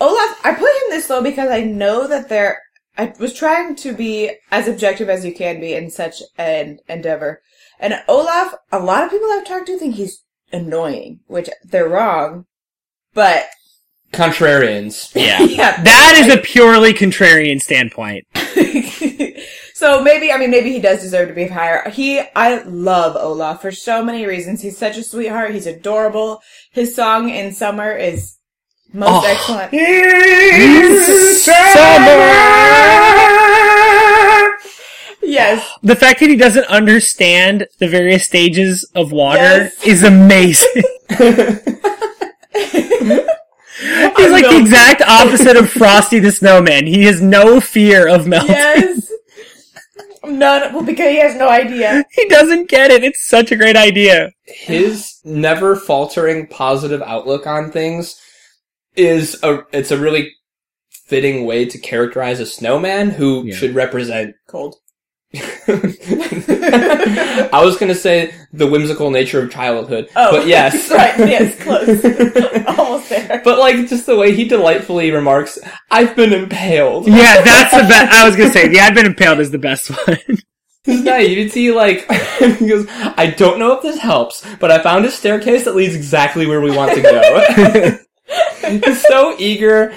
B: Olaf, I put him this low because I know that there, I was trying to be as objective as you can be in such an endeavor. And Olaf, a lot of people I've talked to think he's annoying, which they're wrong. But
C: Contrarians.
A: Yeah.
B: Yeah.
A: That is a purely contrarian standpoint.
B: so maybe I mean maybe he does deserve to be higher. He I love Olaf for so many reasons. He's such a sweetheart. He's adorable. His song in summer is most
A: Oh.
B: excellent. Yes.
A: The fact that he doesn't understand the various stages of water
B: Yes.
A: is amazing. He's like the
B: know.
A: exact opposite of Frosty the Snowman. He has no fear of melting.
B: Yes. None. Well, because he has no idea.
A: He doesn't get it. It's such a great idea.
C: His never faltering positive outlook on things is a it's a really fitting way to characterize a snowman who
A: Yeah.
C: should represent
B: Cold.
C: I was gonna say the whimsical nature of childhood,
B: Oh,
C: but yes,
B: right. Yes, close. Almost there.
C: But like just the way he delightfully remarks, "I've been impaled."
A: Yeah, that's the best. I was gonna say the I've been impaled is the best one.
C: His naivety, like he goes, "I don't know if this helps, but I found a staircase that leads exactly where we want to go." He's so eager.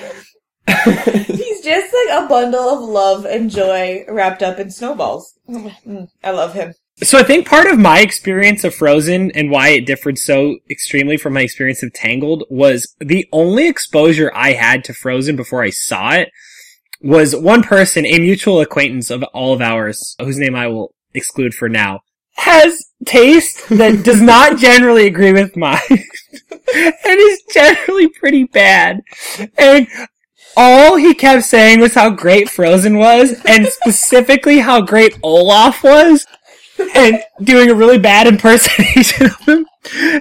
B: He's just like a bundle of love and joy wrapped up in snowballs. Mm, I love him.
A: So I think part of my experience of Frozen and why it differed so extremely from my experience of Tangled was the only exposure I had to Frozen before I saw it was one person, a mutual acquaintance of all of ours, whose name I will exclude for now, has taste that does not generally agree with mine and is generally pretty bad. And all he kept saying was how great Frozen was and specifically how great Olaf was and doing a really bad impersonation of him.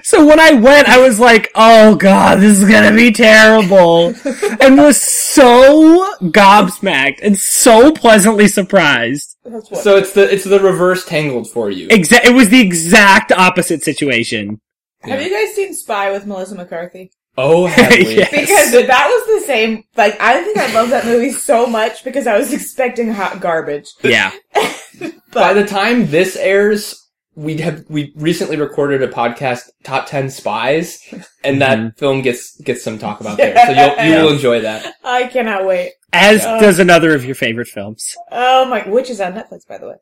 A: So when I went, I was like, oh god, this is gonna be terrible. And was so gobsmacked and so pleasantly surprised.
B: That's what.
C: So it's the it's the reverse Tangled for you.
A: Exa- it was the exact opposite situation.
B: Have you guys seen Spy with Melissa McCarthy?
C: Oh, have we?
A: Yeah.
B: Because that was the same. Like I think I love that movie so much because I was expecting hot garbage.
A: Yeah.
C: By the time this airs, we have we recently recorded a podcast, Top Ten Spies, and that film gets gets some talk about there. So you'll, you will enjoy that.
B: I cannot wait.
A: As
B: Yeah.
A: does another of your favorite films.
B: Oh my, which is on Netflix, by the way.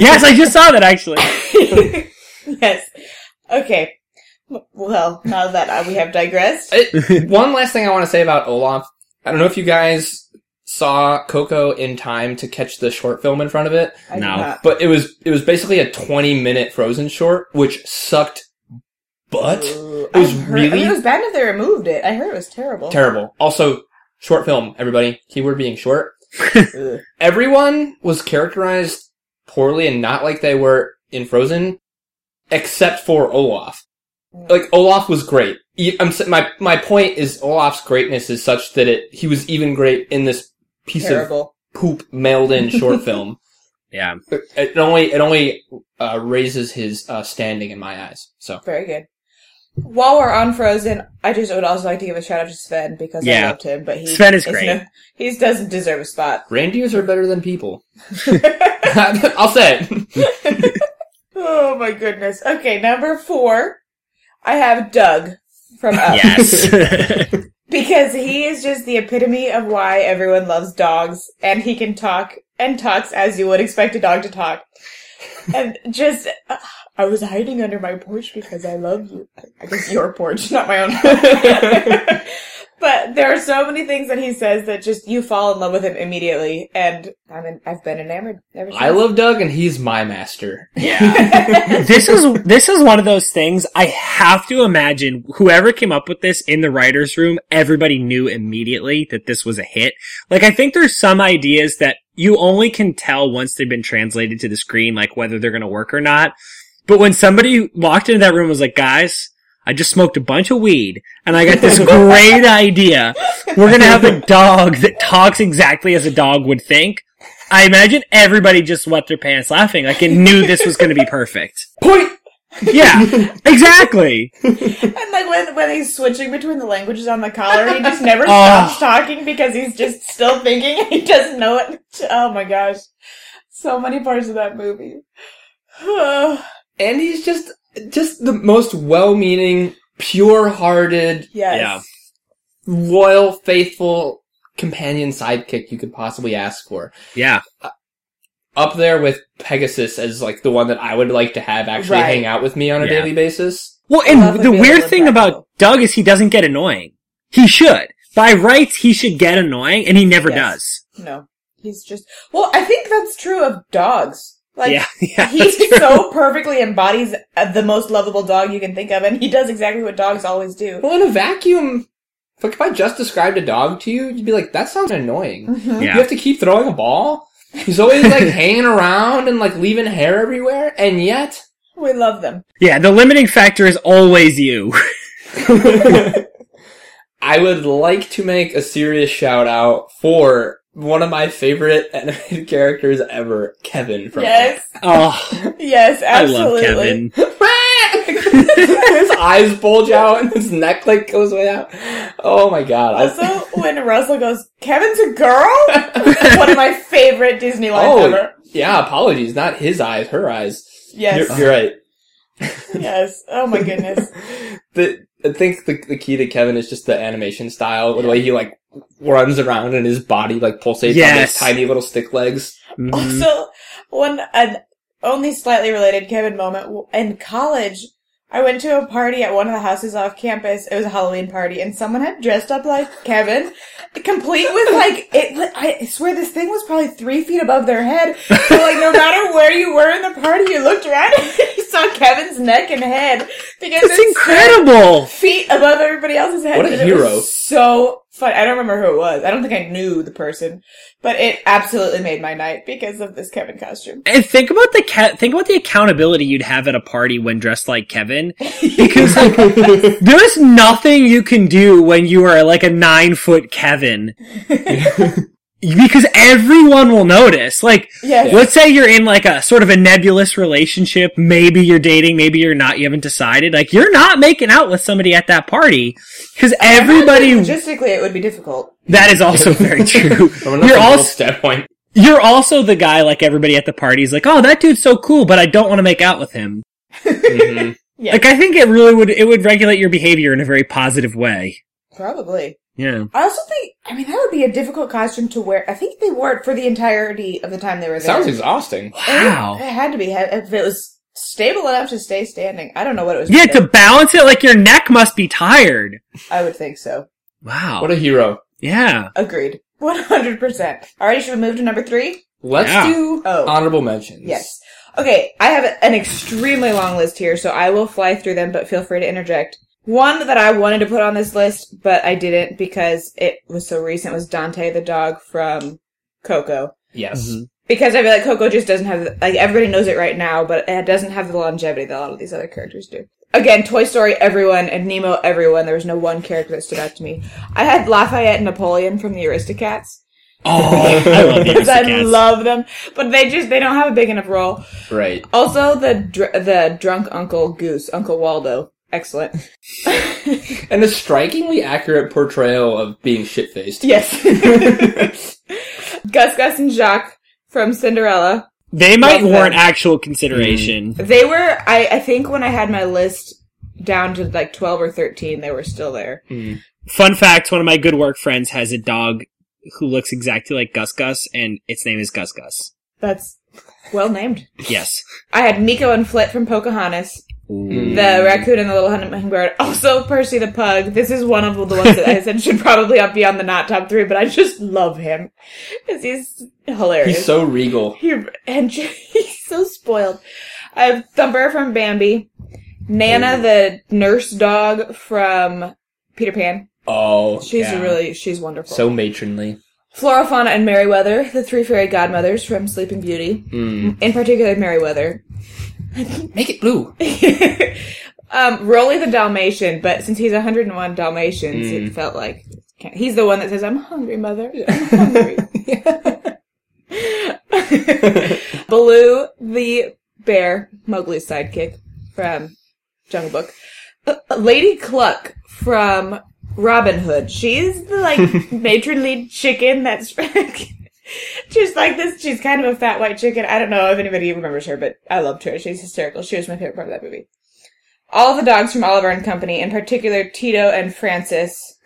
A: yes, I just saw that actually.
B: yes. Okay. Well, now that uh, we have digressed,
C: It- Uh, one last thing I want to say about Olaf. I don't know if you guys saw Coco in time to catch the short film in front of it,
B: I do
A: No.
B: not.
C: but it was it was basically a twenty minute Frozen short, which sucked butt.
B: Ooh,
C: It was
B: I've heard- I
C: really
B: mean, it was bad that they removed it. I heard it was terrible.
C: terrible. Also, short film. Everybody, keyword being short.
B: Ugh.
C: everyone was characterized poorly and not like they were in Frozen, except for Olaf. Like Olaf was great. E- I'm s- my my point is Olaf's greatness is such that it he was even great in this piece
B: terrible.
C: of poop mailed in short film.
A: Yeah.
C: It it only it only uh, raises his uh, standing in my eyes. So
B: Very good. While we're on Frozen, I just would also like to give a shout out to Sven because I
A: Yeah.
B: loved him, but he
A: Sven is great.
B: no- he doesn't deserve a spot.
C: Reindeers are better than people. I'll say it.
B: Oh my goodness. Okay, number four, I have Doug from Up
A: Yes.
B: because he is just the epitome of why everyone loves dogs, and he can talk and talks as you would expect a dog to talk, and just. uh, I was hiding under my porch because I love you. I guess your porch, not my own. but there are so many things that he says that just you fall in love with him immediately, and I mean I've been enamored ever since.
C: I love Doug, and he's my master.
A: yeah. this is this is one of those things I have to imagine whoever came up with this in the writers room, everybody knew immediately that this was a hit. Like I think there's some ideas that you only can tell once they've been translated to the screen like whether they're going to work or not. But when somebody walked into that room and was like, "Guys, I just smoked a bunch of weed and I got this great idea. We're going to have a dog that talks exactly as a dog would think." I imagine everybody just wet their pants laughing, like it knew this was going to be perfect.
C: Point.
A: Yeah, exactly.
B: And like when when he's switching between the languages on the collar, he just never
A: Ah.
B: stops talking because he's just still thinking. He doesn't know it. Oh my gosh, so many parts of that movie.
C: And he's just just the most well-meaning, pure-hearted,
B: yes.
A: Yeah.
C: loyal, faithful companion sidekick you could possibly ask for.
A: Yeah,
C: Up there with Pegasus as like the one that I would like to have actually
B: Right.
C: hang out with me on a
A: Yeah.
C: daily basis.
A: Well,
B: Love
A: and
B: would
A: the
B: be a
A: weird
B: little
A: thing about
B: backup.
A: Doug is he doesn't get annoying. He should. By rights, he should get annoying, and he never
B: Yes.
A: does.
B: No, he's just. Well, I think that's true of dogs. Like
A: yeah, yeah.
B: he
A: that's true.
B: so perfectly embodies uh, the most lovable dog you can think of, and he does exactly what dogs always do.
C: Well, in a vacuum, like if I just described a dog to you, you'd be like, "That sounds annoying." You
A: yeah.
C: have to keep throwing a ball. He's always like hanging around and like leaving hair everywhere, and yet
B: We love them.
A: yeah, the limiting factor is always you.
C: I would like to make a serious shout out for one of my favorite animated characters ever, Kevin from
B: Yes,
A: oh,
B: yes,
A: I
B: absolutely.
A: love Kevin.
C: His eyes bulge out and his neck like goes way out. Oh my god. I-
B: Also, when Russell goes, Kevin's a girl? That's one of my favorite Disney lines
C: Oh.
B: ever.
C: yeah, apologies, not his eyes, her eyes.
B: Yes.
C: You're, you're right.
B: Yes. Oh my goodness.
C: The, I think the, the key to Kevin is just the animation style, the way he like runs around and his body like pulsates on his
A: Yes.
C: tiny little stick legs.
A: Mhm.
B: Also, one, an only slightly related Kevin moment. w- In college, I went to a party at one of the houses off campus. It was a Halloween party and someone had dressed up like Kevin, complete with like, it, I swear this thing was probably three feet above their head. So like, no matter where you were in the party, you looked around and you saw Kevin's neck and head. Because
A: That's
B: it's so
A: incredible.
B: feet above everybody else's head.
C: What a
B: and it was
C: hero.
B: so fun. I don't remember who it was. I don't think I knew the person, but it absolutely made my night because of this Kevin costume.
A: And think about the ca- think about the accountability you'd have at a party when dressed like Kevin, because like there's nothing you can do when you are like a nine foot Kevin, because everyone will notice. Like,
B: Yes.
A: let's say you're in like a sort of a nebulous relationship. Maybe you're dating, maybe you're not. You haven't decided. Like, you're not making out with somebody at that party because everybody.
B: Logistically, it would be difficult.
A: that is also very true.
C: From
A: You're
C: another
A: also
C: standpoint.
A: you're also the guy like everybody at the party is like, oh, that dude's so cool, but I don't want to make out with him.
C: Mhm.
A: Like, I think it really would it would regulate your behavior in a very positive way.
B: Probably.
A: Yeah,
B: I also think, I mean, that would be a difficult costume to wear. I think they wore it for the entirety of the time they were there.
C: Sounds exhausting.
B: And
A: wow.
B: It had to be, if it was stable enough to stay standing. I don't know what it was.
A: Yeah,
B: made
A: to
B: of.
A: balance it, like your neck must be tired.
B: I would think so.
A: Wow.
C: What a hero.
A: yeah.
B: Agreed. 100%. Alright, should we move to number three?
C: Let's
A: Yeah.
C: do
B: Oh.
C: honorable mentions.
B: Yes. Okay, I have an extremely long list here, so I will fly through them, but feel free to interject. One that I wanted to put on this list, but I didn't because it was so recent was Dante the dog from Coco.
C: Yes.
A: Mhm.
B: Because I feel like Coco just doesn't have, like, everybody knows it right now, but it doesn't have the longevity that a lot of these other characters do. Again, Toy Story, everyone, and Nemo, everyone. There was no one character that stood out to me. I had Lafayette and Napoleon from the Aristocats.
A: Oh, I love the
B: Because I
A: Aristocats.
B: love them, but they just, they don't have a big enough role.
C: Right.
B: Also, the dr- the drunk uncle Goose, Uncle Waldo. Excellent.
C: And a strikingly accurate portrayal of being shit faced.
B: yes. Gus, Gus, and Jacques from Cinderella.
A: They might
B: Love
A: warrant
B: them.
A: actual consideration.
B: They were, I, I think when I had my list down to like 12 or 13, they were still there.
A: Fun fact, one of my good work friends has a dog who looks exactly like Gus Gus, and its name is Gus Gus.
B: That's well named.
A: Yes.
B: I had Miko and Flit from Pocahontas,
C: Mm.
B: the raccoon and the little hummingbird, also Percy the pug. This is one of the ones that I said should probably up be on the not top three, but I just love him because he's hilarious.
C: He's so regal.
B: He and he's so spoiled. I have Thumper from Bambi, Nana the nurse dog from Peter Pan.
C: Oh,
B: She's
C: yeah.
B: really she's wonderful.
C: so matronly.
B: Flora, Fauna, and Merryweather, the three fairy godmothers from Sleeping Beauty,
C: Mm.
B: in particular Merryweather.
C: Make it blue.
B: um, Rolly the Dalmatian, but since he's 101 Dalmatians, it felt like he's the one that says, "I'm hungry, mother. I'm hungry." Baloo the bear, Mowgli's sidekick from Jungle Book. Uh, Lady Cluck from Robin Hood. She's the like matronly chicken that's just like this. She's kind of a fat white chicken. I don't know if anybody remembers her, but I loved her. She's hysterical. She was my favorite part of that movie. All the dogs from Oliver and Company, in particular Tito and Francis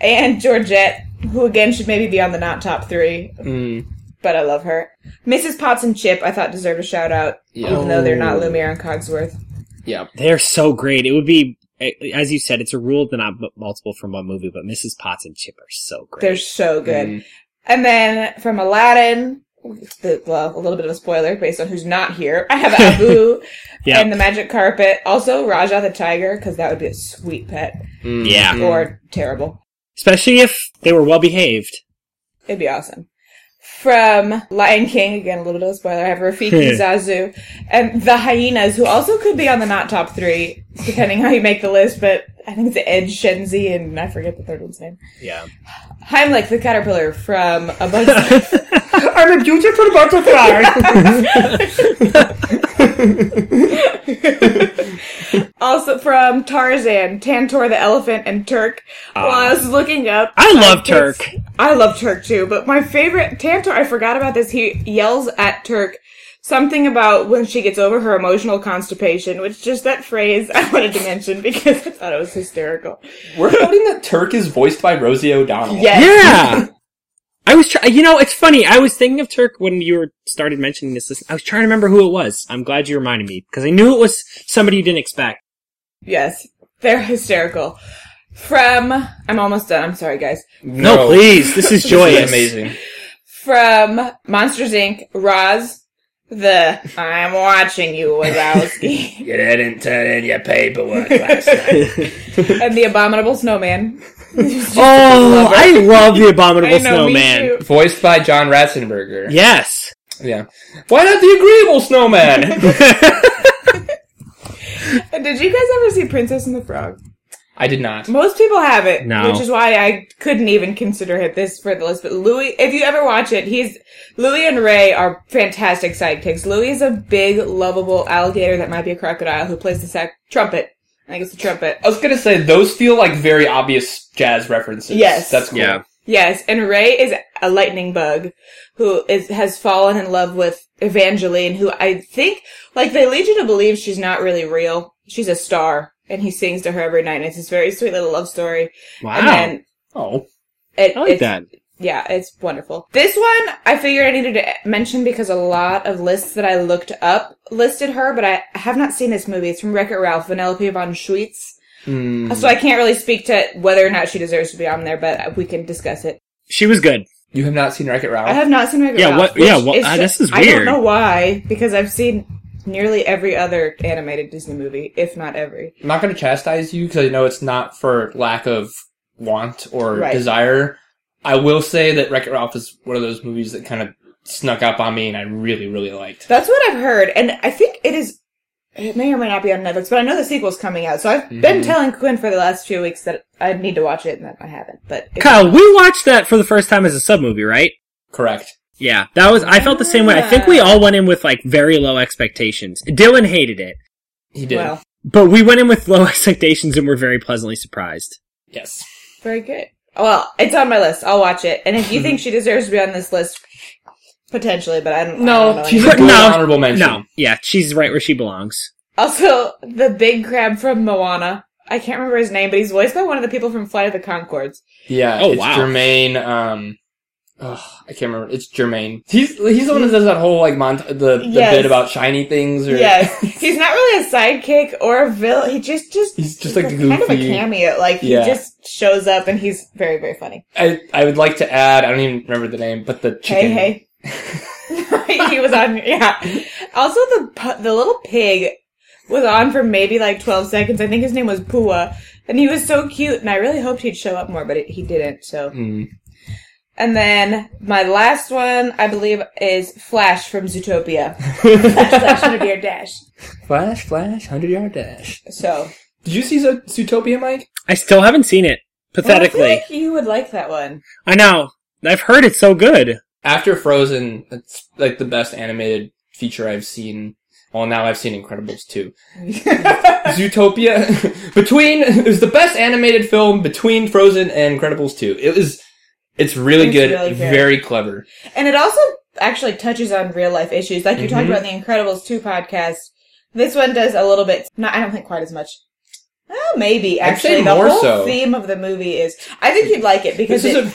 B: and Georgette, who again should maybe be on the not top three
C: Mm.
B: but I love her. Mrs. Potts and Chip, I thought deserved a shout out,
C: Yeah. Oh.
B: even though they're not Lumiere and Cogsworth.
C: Yeah.
A: They're so great. It would be, as you said, it's a rule to not put multiple from one movie, but Mrs. Potts and Chip are so great.
B: They're so good.
C: Mm.
B: And then from Aladdin, the, well, a little bit of a spoiler based on who's not here. I have Abu
A: Yeah.
B: and the Magic Carpet. Also Raja the Tiger, because that would be a sweet pet
C: Mm.
A: Yeah.
B: or terrible.
A: Especially if they were well behaved.
B: It'd be awesome. From Lion King, again, a little bit of a spoiler, I have Rafiki, Zazu, and the Hyenas, who also could be on the not top three, depending how you make the list, but I think it's Ed, Shenzi, and I forget the third one's name.
A: Yeah.
B: Heimlich, the caterpillar from A Bug's Life.
C: I'm a beautiful butterfly.
B: also from Tarzan, Tantor the elephant, and Turk. While I was looking up,
A: I
B: my
A: love
B: kids-
A: Ah. Turk.
B: I love Turk too, but my favorite Tantor. I forgot about this. He yells at Turk something about when she gets over her emotional constipation, which just that phrase I wanted to mention because I thought it was hysterical.
C: We're noting that Turk is voiced by Rosie O'Donnell.
B: Yes.
A: Yeah. I was trying, you know, it's funny. I was thinking of Turk when you were started mentioning this list. I was trying to remember who it was. I'm glad you reminded me because I knew it was somebody you didn't expect.
B: Yes, they're hysterical. From I'm almost done. I'm sorry, guys.
A: No, please. This is
C: This is
A: joyous.
C: amazing.
B: from Monsters Inc. Roz, the I'm watching you Wazowski,
C: You didn't turn in your paperwork last night.
B: and the Abominable Snowman.
A: Oh, I love the Abominable
B: I know, me
A: Snowman.
B: too.
C: Voiced by John Ratzenberger.
A: Yes.
C: Yeah. Why not the agreeable snowman?
B: And Did you guys ever see Princess and the Frog?
C: I did not.
B: Most people haven't,
A: No.
B: which is why I couldn't even consider it this for the list. But Louis, if you ever watch it, he's Louis and Ray are fantastic sidekicks. Louis is a big, lovable alligator that might be a crocodile who plays the sac- trumpet. I think it's the trumpet.
C: I was gonna say those feel like very obvious jazz references.
B: Yes.
C: that's cool.
A: Yeah.
B: Yes, and Ray is a lightning bug who is has fallen in love with Evangeline, who I think like they lead you to believe she's not really real. She's a star, and he sings to her every night. And it's this very sweet little love story.
A: Wow.
B: And then
C: Oh,
B: it,
A: I like
B: it's,
A: that.
B: Yeah, it's wonderful. This one I figured I needed to mention because a lot of lists that I looked up listed her, but I have not seen this movie. It's from Wreck-It Ralph, Vanellope von Schweetz.
C: Hmm.
A: Mm-hmm.
B: So I can't really speak to whether or not she deserves to be on there, but we can discuss it.
A: She was good.
C: you have not seen Wreck It Ralph.
B: I have not seen Wreck-It
A: Yeah,
B: Ralph,
A: what- yeah,
B: which
A: well, uh,
B: just-
A: this is
B: I don't
A: weird.
B: know why, because I've seen nearly every other animated Disney movie, if not every.
C: I'm not gonna chastise you because I know it's not for lack of want or
B: Right.
C: desire. I will say that Wreck It Ralph is one of those movies that kind of snuck up on me and I really, really liked.
B: That's what I've heard, and I think it is. It may or may not be on Netflix, but I know the sequel's coming out, so I've
A: Mm-hmm.
B: been
C: Mhm.
B: telling Quinn for the last few weeks that I need to watch it, and that I haven't. But if-
A: Kyle, we watched that for the first time as a sub movie, right?
C: Correct.
A: Yeah, that was. I felt the same way. I think we all went in with like very low expectations. Dylan hated it,
C: He did.
B: well,
A: But we went in with low expectations and were very pleasantly surprised.
C: Yes.
B: Very good. Well, it's on my list. I'll watch it. And if
A: Hmm.
B: you think she deserves to be on this list, potentially, but I don't. I don't
C: No,
B: know
C: she's
B: anything.
C: Uh, a good
A: No.
C: honorable mention.
A: No, yeah, she's right where she belongs.
B: also the big crab from Moana. I can't remember his name, but he's voiced by one of the people from Flight of the Concords.
C: Yeah.
A: Oh,
C: it's
A: wow.
C: Jermaine. Um, ugh, I can't remember. It's Jermaine. He's he's the one that does that whole like mont the, the
B: Yes.
C: bit about shiny things. Or,
B: Yes, he's not really a sidekick or a villain. He just just
C: He's just, like,
B: a kind of a
C: goofy.
B: cameo. Like
C: Yeah.
B: he just shows up and he's very very funny.
C: I I would like to add. I don't even remember the name, but the chicken.
B: Hey hey, he was on. Yeah. Also the pu- the little pig was on for maybe like twelve seconds. I think his name was Pua, and he was so cute. And I really hoped he'd show up more, but it, he didn't. So.
C: Mm.
B: And then my last one, I believe, is Flash from Zootopia. Flash in a beer dash.
C: Flash, flash, hundred yard dash.
B: So
C: Did you see Zo- Zootopia, Mike?
A: I still haven't seen it.
B: well, I
A: Pathetically,
B: feel like you would like that one.
A: I know. I've heard it's so good.
C: After Frozen, it's like the best animated feature I've seen. Well, now I've seen Incredibles too. Zootopia between it was the best animated film between Frozen and Incredibles 2. It was it's really
B: It's
C: good,
B: really good.
C: very clever.
B: And it also actually touches on real life issues, like you talked
C: Mhm.
B: about in the Incredibles 2 podcast. This one does a little bit, not, I don't think quite as much. Oh, maybe,
C: I'd say
B: actually. The
C: more
B: whole
C: so.
B: theme of the movie is, I think you'd like it
C: This
B: because
C: is
B: it,
C: a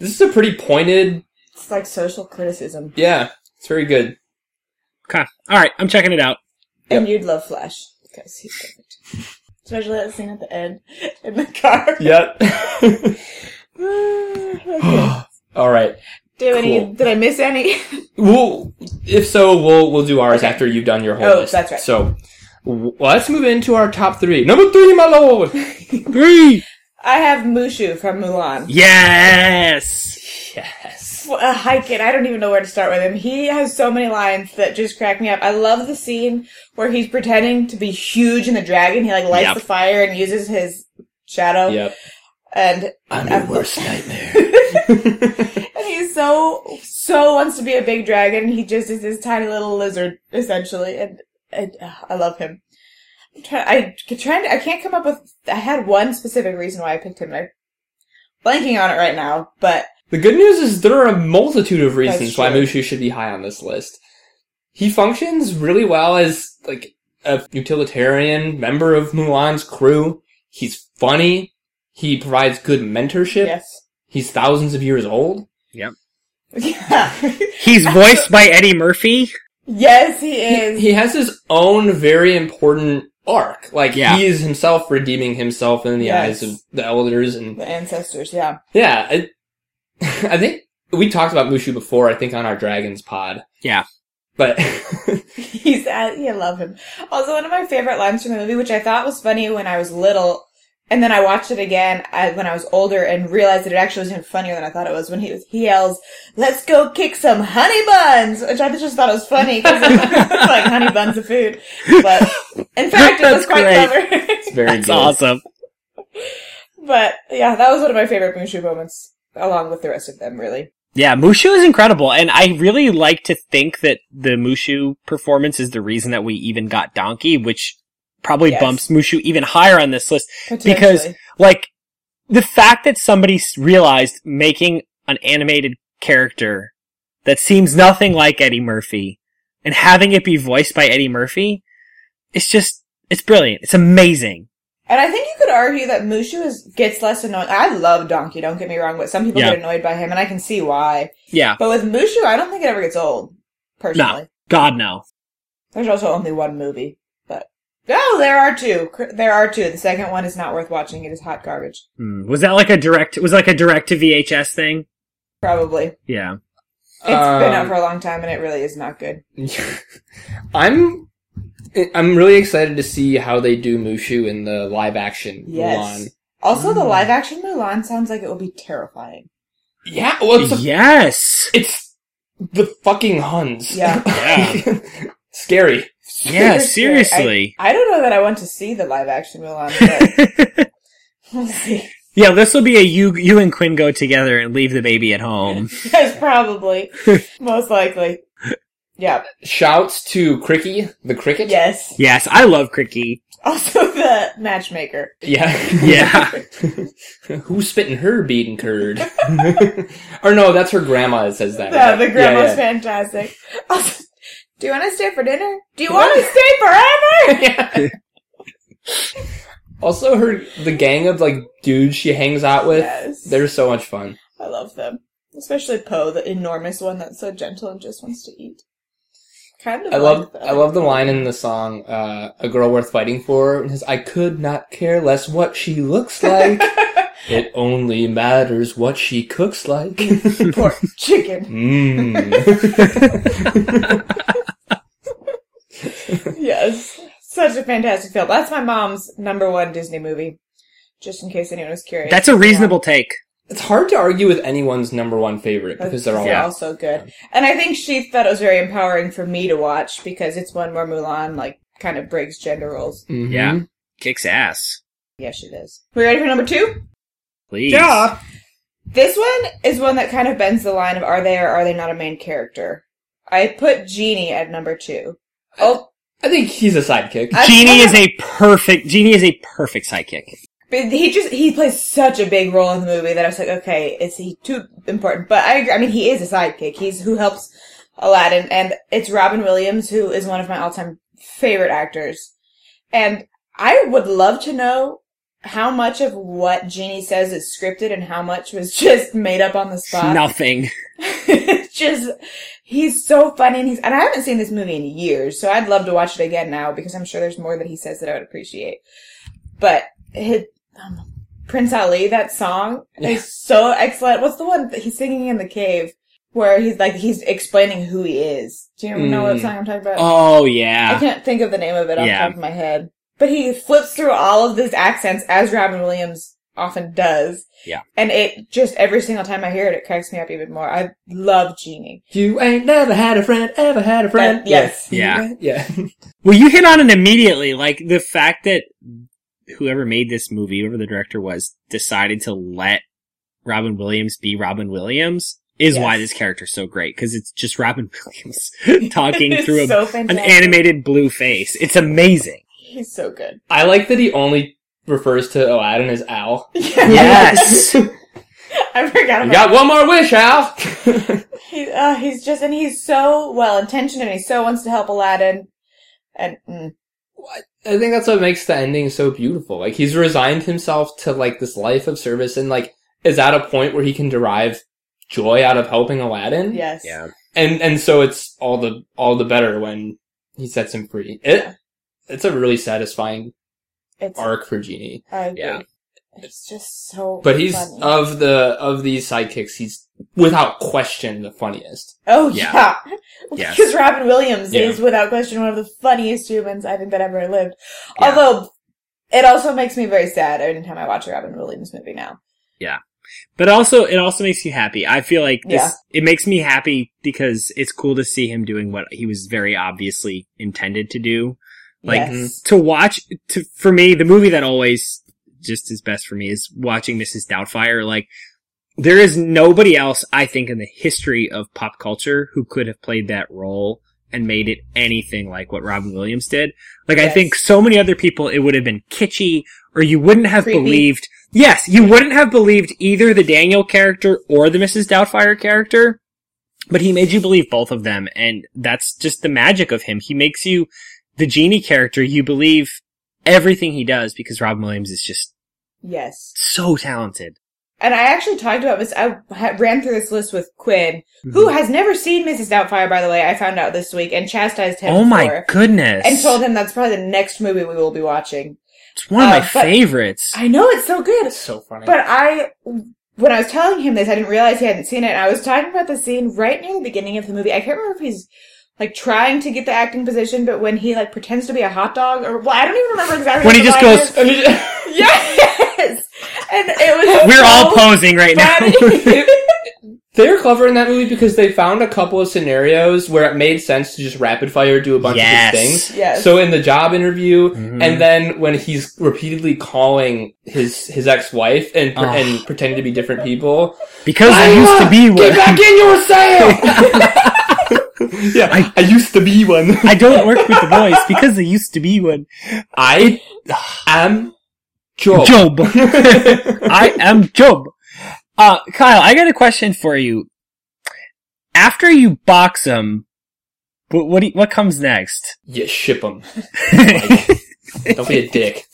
C: this is a pretty pointed,
B: it's like social criticism.
C: yeah, it's very good.
A: Okay. All right, I'm checking it out.
B: And you'd love Flash because he's perfect. Especially that scene at the end in the car.
C: Yep.
B: Ah, okay.
C: All right.
B: Do any,
C: Cool.
B: did I miss any?
C: Well, if so, we'll we'll do ours
B: Okay.
C: after you've done your whole
B: Oh,
C: list.
B: that's right.
C: So, w- let's move into our top 3. Number 3, my lord.
A: Three.
B: I have Mushu from Mulan.
A: Yes.
C: Yes.
B: a Hyken, I don't even know where to start with him. He has so many lines that just crack me up. I love the scene where he's pretending to be huge in the dragon. He like lights
A: Yep.
B: the fire and uses his shadow.
C: Yep.
B: And
C: I'm
B: your
C: worst nightmare.
B: and he's so so wants to be a big dragon. He just is this tiny little lizard essentially, and, and uh, I love him. I'm trying. I c- trying. To, I can't come up with. I had one specific reason why I picked him. and I'm blanking on it right now, but
C: The good news is there are a multitude of
B: That's
C: reasons why
B: true.
C: Mushu should be high on this list. He functions really well as like a utilitarian member of Mulan's crew. He's funny. He provides good mentorship.
B: yes.
C: He's thousands of years old.
B: Yeah.
A: He's voiced by Eddie Murphy.
B: yes, he
C: He,
B: is.
C: he has his own very important arc. Like
A: Yeah.
C: he is himself redeeming himself in the
B: Yes.
C: eyes of the elders and
B: the ancestors, yeah.
C: Yeah, I, I think we talked about Mushu before. I think on our Dragons pod.
A: Yeah.
C: but
B: He's at, yeah, love him. Also, one of my favorite lines from the movie, which I thought was funny when I was little, and then I watched it again I, when I was older and realized that it actually was even funnier than I thought it was. When he was, he yells, "Let's go kick some honey buns," which I just thought was funny because it's like honey buns of food. But in fact, it
A: That's
B: was quite
A: great.
B: clever.
C: it's very
A: That's
C: good.
A: awesome.
B: but yeah, that was one of my favorite Mushu moments, along with the rest of them, really.
A: Yeah, Mushu is incredible, and I really like to think that the Mushu performance is the reason that we even got Donkey, which probably
B: Yes.
A: bumps Mushu even higher on this list. Because,
B: Potentially.
A: like, the fact that somebody s- realized making an animated character that seems nothing like Eddie Murphy and having it be voiced by Eddie Murphy, it's just, it's brilliant. It's amazing.
B: And I think you could argue that Mushu is gets less annoyed. I love Donkey, don't get me wrong, but some people
A: Yeah.
B: get annoyed by him, and I can see why.
A: Yeah.
B: But with Mushu, I don't think it ever gets old, personally.
A: God, no.
B: There's also only one movie, but no, there are two. Cr- There are two. The second one is not worth watching. It is hot garbage,
A: Hmm. Was that like a direct, was like a direct to VHS thing?
B: probably. It's
A: Yeah.
B: been out
C: Um,
B: for a long time, and it really is not good.
C: I'm I'm really excited to see how they do Mushu in the live action
B: Yes.
C: Mulan.
B: Also, the
C: Mm.
B: live action Mulan sounds like it will be terrifying.
C: Yeah, well, Oh, it's, a-
A: yes.
C: it's the fucking Huns.
B: Yeah.
A: Yeah.
C: scary.
A: Yeah,
B: Seriously, I-
A: seriously.
B: I don't know that I want to see the live action Mulan, but we'll see.
A: yeah, this will be a you, you and Quinn go together and leave the baby at home.
B: Yes, probably. Most likely. Yeah.
C: Shouts to Cricky, the cricket.
B: Yes.
A: Yes, I love Cricky.
B: Also the matchmaker.
C: Yeah.
A: Yeah.
C: Who's spitting her bead and curd? or no, that's her grandma that says that.
B: Yeah,
C: right?
B: the grandma's
C: yeah,
B: fantastic. Also, do you want to stay for dinner? Do you want to stay forever?
C: yeah. also, her the gang of like dudes she hangs out with.
B: Yes.
C: They're so much fun.
B: I love them. Especially Poe, the enormous one that's so gentle and just wants to eat. Kind of.
C: I love
B: like that.
C: I love the line in the song uh, "A Girl Worth Fighting For." And his, I could not care less what she looks like. it only matters what she cooks like.
B: pork chicken.
C: Mmm.
B: yes. Such a fantastic film. That's my mom's number one Disney movie. Just in case anyone was curious.
A: That's a reasonable take.
C: it's hard to argue with anyone's number one favorite because they're all
B: They're all so good. And I think she thought it was very empowering for me to watch because it's one where Mulan, like, kind of breaks gender roles.
C: Mhm.
A: Yeah. Kicks ass.
B: Yes, she does. We ready for number two?
A: Please.
B: This one is one that kind of bends the line of are they or are they not a main character. I put Genie at number two. Oh,
C: I think he's a sidekick.
B: I-
A: Genie is a perfect Genie is a perfect sidekick.
B: but he just he plays such a big role in the movie that I was like, okay, is he too important? But I agree. I mean, he is a sidekick. He's who helps Aladdin, and it's Robin Williams who is one of my all-time favorite actors. And I would love to know how much of what Genie says is scripted and how much was just made up on the spot.
A: Nothing.
B: It's just he's so funny and he's and I haven't seen this movie in years, so I'd love to watch it again now because I'm sure there's more that he says that I would appreciate. But his, um, Prince Ali, that song
C: Yeah.
B: is so excellent. What's the one that he's singing in the cave where he's like he's explaining who he is? Do you know what
C: Mm.
B: song I'm talking about?
A: Oh
B: I
A: yeah.
B: can't think of the name of it off
A: Yeah.
B: the top of my head. But he flips through all of these accents as Robin Williams often does.
A: Yeah.
B: And it just every single time I hear it, it cracks me up even more. I love Genie.
C: you ain't never had a friend, ever had a friend.
B: That- yes.
A: Yeah.
C: You ain't- Uh, Yeah.
A: Well, you hit on it immediately. Like the fact that whoever made this movie, whoever the director was, decided to let Robin Williams be Robin Williams is why
B: Yes.
A: this character's so great because it's just Robin Williams talking
B: It's
A: through a,
B: so
A: an
B: fantastic.
A: animated blue face. It's amazing.
B: He's so good.
C: I like that he only refers to Aladdin as Al.
A: Yes.
B: I forgot
C: You
B: about
C: got one more wish, Al.
B: he, uh, He's just, and he's so well intentioned and he so wants to help Aladdin. And mm,
C: I think that's what makes the ending so beautiful. Like he's resigned himself to like this life of service and like is at a point where he can derive joy out of helping Aladdin.
B: yes.
A: yeah.
C: And and so it's all the all the better when he sets him free. It it's a really satisfying
B: It's,
C: arc for Genie.
B: I agree.
A: yeah.
B: It's just so
C: But he's uh,
B: funny.
C: of the of these sidekicks, he's without question the funniest.
B: Oh yeah,
A: Yeah.
B: because
A: Yes.
B: Robin Williams
C: Yeah.
B: is without question one of the funniest humans I think that ever lived.
A: Yeah.
B: Although it also makes me very sad every time I watch a Robin Williams movie now.
A: But also, it also makes you happy. I feel like this,
B: Yeah.
A: it makes me happy because it's cool to see him doing what he was very obviously intended to do. Like, mm-hmm.
B: yes,
A: to watch to for me the movie that always just is best for me is watching Mrs. Doubtfire like there is nobody else I think in the history of pop culture who could have played that role and made it anything like what Robin Williams did. Like I
B: Yes.
A: think so many other people it would have been kitschy or you wouldn't have
B: Creepy.
A: believed Yes, you wouldn't have believed either the Daniel character or the Mrs. Doubtfire character, but he made you believe both of them and that's just the magic of him. He makes you the genie character, you believe everything he does because Robin Williams is just
B: yes.
A: so talented.
B: And I actually talked about this. I ha- ran through this list with Quinn,
A: Mm-hmm.
B: who has never seen Mrs. Doubtfire, by the way. I found out this week and chastised him.
A: Oh my
B: for it
A: goodness.
B: And told him that's probably the next movie we will be watching.
A: it's one of
B: uh,
A: my
B: but-
A: favorites.
B: I know it's so good.
C: It's so funny.
B: But I, when I was telling him this, I didn't realize he hadn't seen it. And I was talking about the scene right near the beginning of the movie. I can't remember if he's like trying to get the acting position, but when he like pretends to be a hot dog, or well, I don't even remember exactly.
A: When he
B: what
A: just
B: the line
A: goes,
B: is. yes, and it was.
A: we're
B: so
A: all posing right now.
B: funny.
C: They're clever in that movie because they found a couple of scenarios where it made sense to just rapid fire do a bunch
A: Yes.
C: of these things.
B: Yes.
C: So in the job interview,
A: Mhm.
C: and then when he's repeatedly calling his his ex wife and pre-
A: Oh.
C: and pretending to be different people.
A: Because I used to be
C: Get
A: one.
C: back in your sale. yeah, I, used to be one.
A: I don't work with the boys because they used to be one.
C: I am Job.
A: Job. I am Job. Uh, Kyle, I got a question for you. After you box him, what what, do you, what comes next?
C: you ship them. Like, don't be a dick.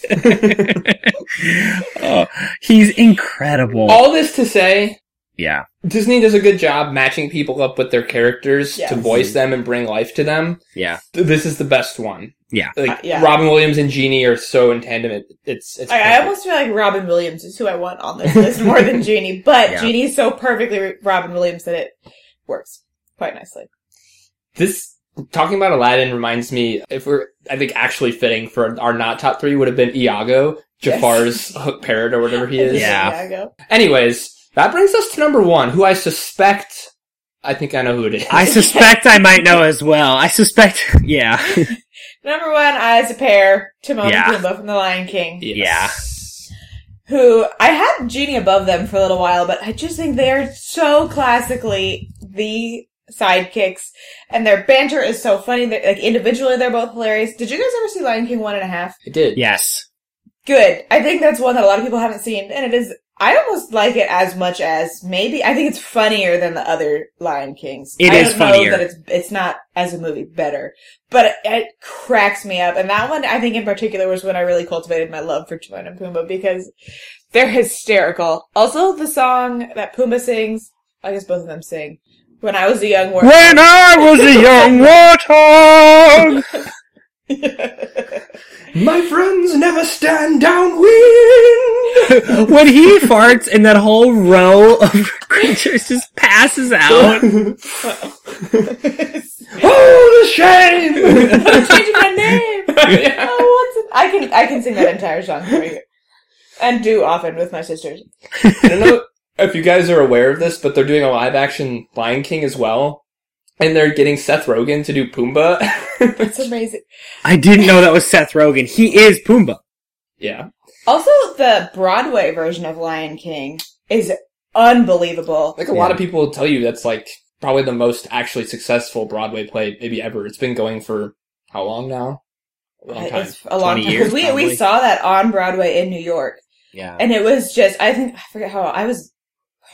A: oh, he's incredible.
C: All this to say,
A: yeah,
C: Disney does a good job matching people up with their characters
B: Yes.
C: to voice them and bring life to them.
A: yeah,
C: Th- This is the best one.
A: yeah.
C: Like
B: Uh, yeah.
C: Robin Williams and Genie are so in tandem. It, it's it's.
B: I, I
C: perfect.
B: almost feel like Robin Williams is who I want on this list more than Jeannie, but
A: Yeah.
B: Jeannie's so perfectly re- Robin Williams that it works quite nicely.
C: This talking about Aladdin reminds me if we're I think actually fitting for our not top three would have been Iago, Jafar's hook parrot or whatever he is.
A: Yeah.
B: I go.
C: Anyways, that brings us to number one, who I suspect I think I know who it is.
A: I suspect I might know as well. I suspect, yeah,
B: Number one, I as a pair, Timon
A: Yeah.
B: and Pumbaa from The Lion King,
C: Yes.
B: who I had Genie above them for a little while, but I just think they are so classically the sidekicks, and their banter is so funny. That, like individually, they're both hilarious. Did you guys ever see Lion King one and a half?
C: I did.
A: yes.
B: Good. I think that's one that a lot of people haven't seen, and it is. I almost like it as much as maybe. I think it's funnier than the other Lion Kings.
A: It
B: I
A: is
B: don't know
A: funnier.
B: that it's it's not as a movie better, but it, it cracks me up. And that one, I think in particular, was when I really cultivated my love for Timon and Pumbaa because they're hysterical. Also, the song that Pumbaa sings, I guess both of them sing. When I was a young warrior.
A: When I was a young warthog,
C: My friends never stand downwind.
A: when he farts and that whole row of creatures just passes out.
C: oh, the shame.
B: changing my name. Oh, what's it? I can I can sing that entire song for you, and do often with my sisters.
C: I don't know if you guys are aware of this, but they're doing a live action Lion King as well. And they're getting Seth Rogen to do Pumbaa.
B: It's amazing.
A: I didn't know that was Seth Rogen. He is Pumbaa.
C: yeah.
B: Also, the Broadway version of Lion King is unbelievable.
C: Like a lot of people will tell you that's like probably the most actually successful Broadway play maybe ever. It's been going for how long now? A long time.
B: It's a long
A: 20
B: time.
A: years,
B: 'Cause we we
A: probably.
B: saw that on Broadway in New York,
A: Yeah.
B: and it was just I think I forget how I was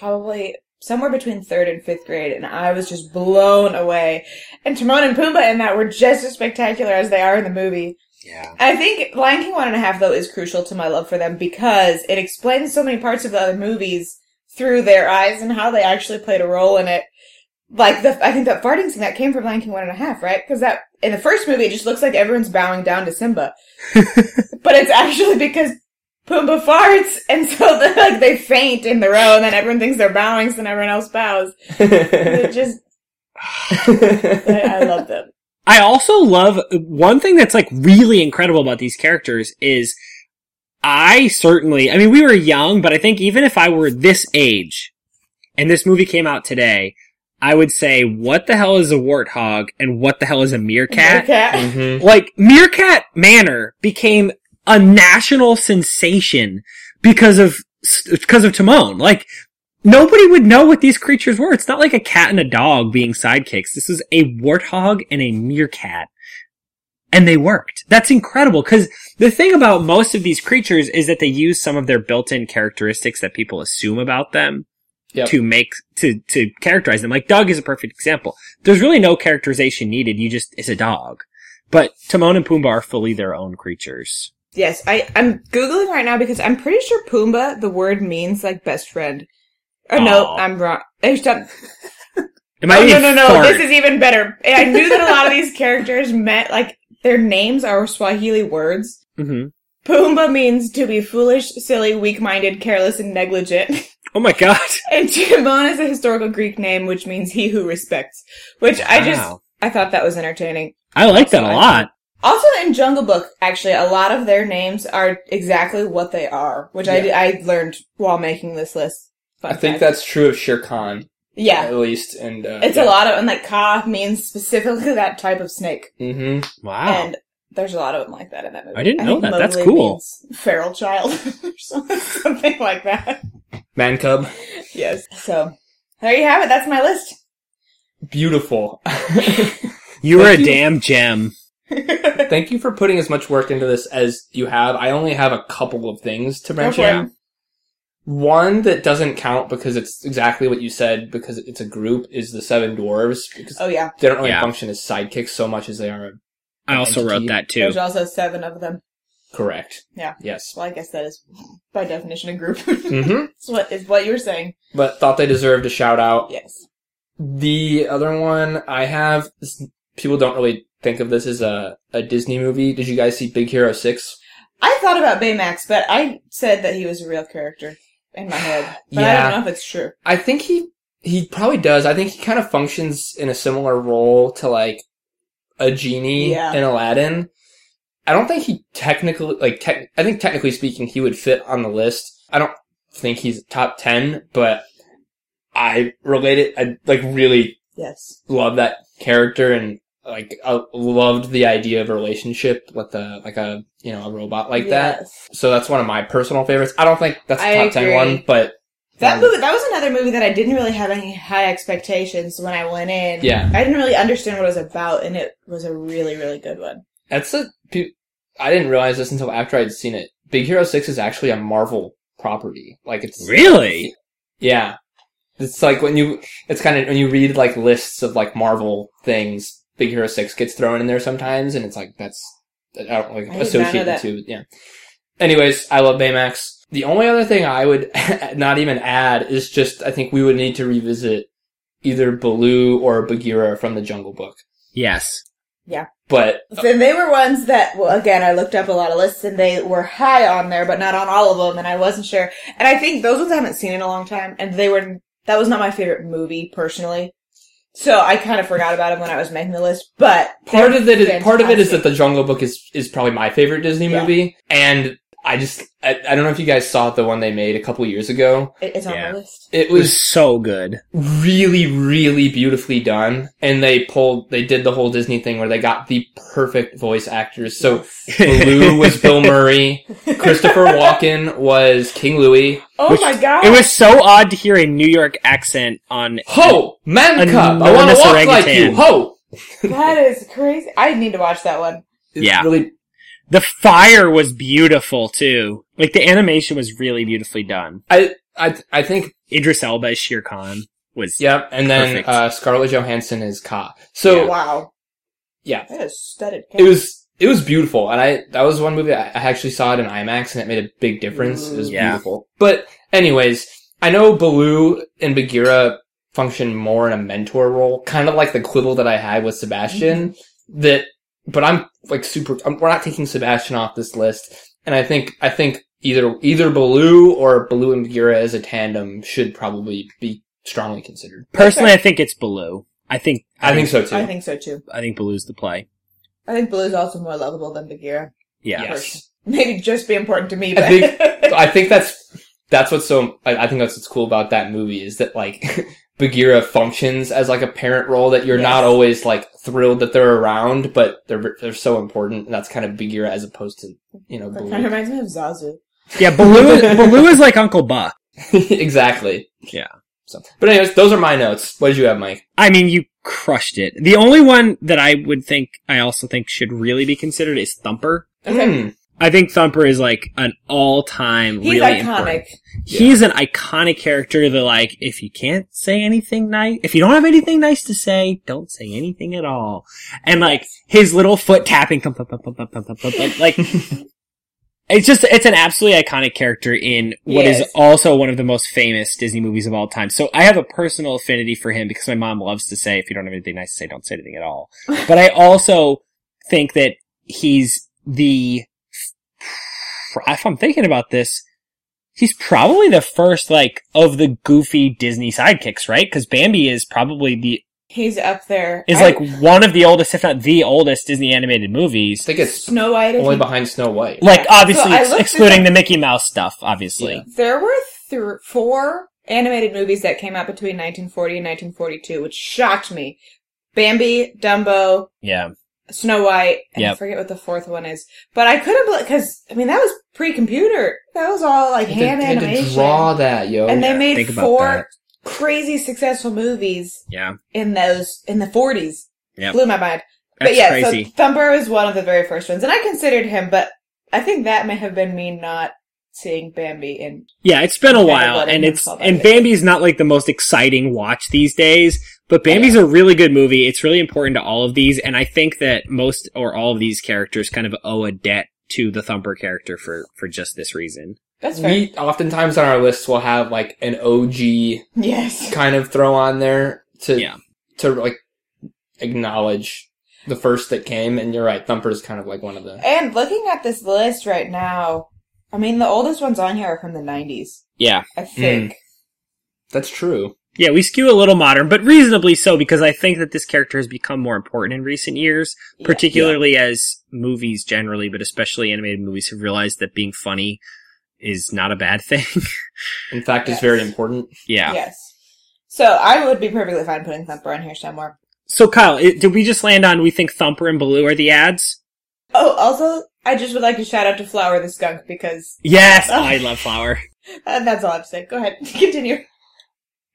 B: probably somewhere between third and fifth grade, and I was just blown away. And Timon and Pumbaa in that were just as spectacular as they are in the movie.
A: Yeah.
B: I think Lion King one and a half though is crucial to my love for them because it explains so many parts of the other movies through their eyes and how they actually played a role in it. Like the, I think that farting scene that came from Lion King one and a half, right? Because that in the first movie it just looks like everyone's bowing down to Simba, but it's actually because Pumbaa farts, and so the, like they faint in the row, and then everyone thinks they're bowing, so then everyone else bows. It just I, I love them.
A: I also love one thing that's like really incredible about these characters is I certainly, I mean, we were young, but I think even if I were this age and this movie came out today, I would say, what the hell is a warthog and what the hell is a meerkat?
B: Cat.
C: Mhm.
A: Like, Meerkat Manor became a national sensation because of, because of Timon. Like, nobody would know what these creatures were. It's not like a cat and a dog being sidekicks. This is a warthog and a meerkat. And they worked. That's incredible. Cause the thing about most of these creatures is that they use some of their built-in characteristics that people assume about them
C: Yep.
A: to make, to, to characterize them. Like Doug is a perfect example. There's really no characterization needed. You just, it's a dog. But Timon and Pumbaa are fully their own creatures.
B: Yes, I, I'm Googling right now because I'm pretty sure Pumbaa, the word means like best friend. Oh, no,
A: Aw.
B: I'm wrong. I stopped-
A: It
B: No,
A: might be
B: no, no, no,
A: fart.
B: this is even better. I knew that a lot of these characters meant like their names are Swahili words.
A: Mhm.
B: Pumbaa means to be foolish, silly, weak-minded, careless, and negligent.
A: Oh my god.
B: And Timon is a historical Greek name which means he who respects, which I just,
A: Wow.
B: I thought that was entertaining.
A: I like that a
B: Also, I-
A: lot.
B: Also in Jungle Book, actually, a lot of their names are exactly what they are, which I, I learned while making this list. Fun
C: I think
B: fact.
C: that's true of Shere Khan,
B: yeah,
C: at least. And uh,
B: it's a lot of, and like Ka means specifically that type of snake,
C: hmm
A: Wow.
B: and there's a lot of them like that in that movie.
A: I didn't know
B: think
A: that. That's
B: Mowgli
A: cool.
B: means feral child or something, something like that.
C: Man cub.
B: Yes. So there you have it. That's my list.
C: Beautiful.
A: You were a
C: Thank you.
A: damn gem.
C: Thank you for putting as much work into this as you have. I only have a couple of things to mention.
B: for it.
C: One that doesn't count because it's exactly what you said because it's a group is the Seven Dwarves because
B: Oh yeah.
C: they don't really
A: Yeah.
C: function as sidekicks so much as they are
A: I also wrote
C: Entity.
A: that too.
B: There's also seven of them.
C: correct.
B: Yeah.
C: Yes.
B: Well, I guess that is by definition a group.
C: hmm
B: That's what is what you were saying.
C: But thought they deserved a shout out.
B: Yes.
C: The other one I have this, people don't really think of this as a, a Disney movie. Did you guys see Big Hero Six?
B: I thought about Baymax, but I said that he was a real character in my head. But I
C: Yeah.
B: don't know if it's true.
C: I think he he probably does. I think he kind of functions in a similar role to like a genie
B: Yeah.
C: in Aladdin. I don't think he technically like tech, I think technically speaking he would fit on the list. I don't think he's top 10, but I relate it I like really
B: Yes.
C: love that character and like I loved the idea of a relationship with a like a you know a robot like that.
B: yes.
C: So that's one of my personal favorites. I don't think that's a
B: I
C: top 10
B: agree.
C: one, but um,
B: That movie, that was another movie that I didn't really have any high expectations when I went in.
C: Yeah.
B: I didn't really understand what it was about, and it was a really, really good one.
C: That's a. pe- I didn't realize this until after I'd seen it. Big Hero Six is actually a Marvel property. Like it's
A: Really?
C: yeah. It's like when you. It's kind of when you read like lists of like Marvel things. Big Hero Six gets thrown in there sometimes, and it's like that's I don't like
B: I did not know
C: associate the
B: that.
C: two. Yeah. Anyways, I love Baymax. The only other thing I would not even add is just I think we would need to revisit either Baloo or Bagheera from the Jungle Book.
A: Yes.
C: But
B: Then they were ones that, well, again, I looked up a lot of lists and they were high on there, but not on all of them, and I wasn't sure. And I think those ones I haven't seen in a long time, and they were, that was not my favorite movie, personally. So I kind of forgot about them when I was making the list, but.
C: part
B: they're
C: of it is part of it is that
B: fantastic.
C: the Jungle Book is is probably my favorite Disney
B: Yeah.
C: movie, and I just I, I don't know if you guys saw the one they made a couple years ago.
B: It- It's on
A: Yeah.
B: my list.
C: It
A: It was
C: was
A: so good.
C: really really beautifully done, and they pulled they did the whole Disney thing where they got the perfect voice actors. So Baloo was Bill Murray, Christopher Walken was King Louis.
B: Oh
A: Which-
B: my god!
A: It was so odd to hear a New York accent on.
C: Ho, man cub, I want to
A: Enormous
C: walk like
A: orangutan.
C: you. Ho.
B: that is crazy. I need to watch that one.
C: It's
A: Yeah.
C: really
A: The fire was beautiful too. Like the animation was really beautifully done.
C: I I think
A: Idris Elba as Shere Khan was.
C: Yep, and then
A: Perfect.
C: uh, Scarlett Johansson is Ka. So
B: Wow.
C: Yeah.
B: That is studded.
C: it was it was beautiful, and I that was one movie I, I actually saw it in IMAX, and it made a big difference. It was
A: Yeah.
C: beautiful. But anyways, I know Baloo and Bagheera function more in a mentor role, kind of like the quibble that I had with Sebastian. That, but I'm like super. I'm, we're not taking Sebastian off this list, and I think I think either either Baloo or Baloo and Bagheera as a tandem should probably be strongly considered.
A: Personally, I think it's Baloo. I think.
C: I think so too.
B: I think so too.
A: I think Baloo's the play.
B: I think Blue's also more lovable than Bagheera.
A: Yeah.
C: Yes.
B: Person. Maybe just be important to me, but.
C: I I think that's that's what's so I, I think that's what's cool about that movie is that like Bagheera functions as like a parent role that you're not
B: Yes.
C: always like thrilled that they're around, but they're they're so important, and that's kind of Bagheera as opposed to you know
B: that kind of
C: Baloo.
B: reminds me of Zazu.
A: Yeah. Baloo. Baloo is like Uncle Buck.
C: exactly.
A: Yeah.
C: So, but anyways, those are my notes. What did you have, Mike?
A: I mean, you crushed it. The only one that I would think I also think should really be considered is Thumper.
C: Mm.
A: I think Thumper is like an all-time
B: He's
A: really
B: iconic.
A: important. He's an iconic character that like if you can't say anything nice, if you don't have anything nice to say, don't say anything at all. And like his little foot tapping thump, thump, thump, thump, thump, thump, thump, thump, like it's just it's an absolutely iconic character in what is
B: Yes.
A: also one of the most famous Disney movies of all time. So I have a personal affinity for him because my mom loves to say if you don't have anything nice to say, don't say anything at all. but I also think that he's the if I'm thinking about this, he's probably the first like of the goofy Disney sidekicks, right? Because Bambi is probably the
B: He's up there.
A: is
B: I-
A: like one of the oldest, if not the oldest, Disney animated
C: I
A: movies.
C: think it's
B: Snow White. I
C: only
B: think.
C: behind Snow White.
A: Like obviously,
B: So I
A: ex-
B: looked
A: excluding
B: it
A: the Mickey Mouse stuff, obviously.
C: Yeah.
B: There were th- four animated movies that came out between 1940 and 1942, which shocked me. Bambi, Dumbo,
A: Yeah.
B: Snow White, and I
A: Yep.
B: forget what the fourth one is. But I couldn't believe, cause, I mean, that was pre-computer. That was all like
C: They had
B: hand
C: to- they had to
B: animation.
C: draw that, yo.
B: and they made
A: think about
B: four
A: that.
B: crazy successful movies
A: Yeah.
B: in those in the 40s.
A: Yep.
B: Blew my mind.
A: That's
B: but yeah,
A: crazy.
B: so Thumper was one of the very first ones, and I considered him, but I think that may have been me not seeing Bambi and
A: Yeah, it's been a
B: Okay,
A: while,
B: what I
A: and
B: didn't
A: it's
B: call that
A: and
B: it.
A: Bambi's not like the most exciting watch these days. But Bambi's a really good movie. It's really important to all of these, and I think that most or all of these characters kind of owe a debt to the Thumper character for for just this reason.
B: that's fair.
C: We oftentimes on our lists will have like an OG
B: yes.
C: kind of throw on there to
A: Yeah.
C: to like acknowledge the first that came. And you're right, Thumper's kind of like one of the
B: And looking at this list right now, I mean the oldest ones on here are from the 90s,
A: Yeah,
B: I
A: Hmm.
B: think.
C: That's true.
A: yeah, we skew a little modern, but reasonably so because I think that this character has become more important in recent years,
B: Yeah.
A: particularly as movies generally, but especially animated movies, have realized that being funny is not a bad thing.
C: In fact,
B: Yes.
C: it's very important.
A: yeah.
B: Yes. So I would be perfectly fine putting Thumper on here somewhere.
A: So Kyle, i did we just land on we think Thumper and Baloo are the ads?
B: Oh, also, I just would like to shout out to Flower the Skunk because
A: Yes, I love flour.
B: uh, that's all I have to say. Go ahead, continue.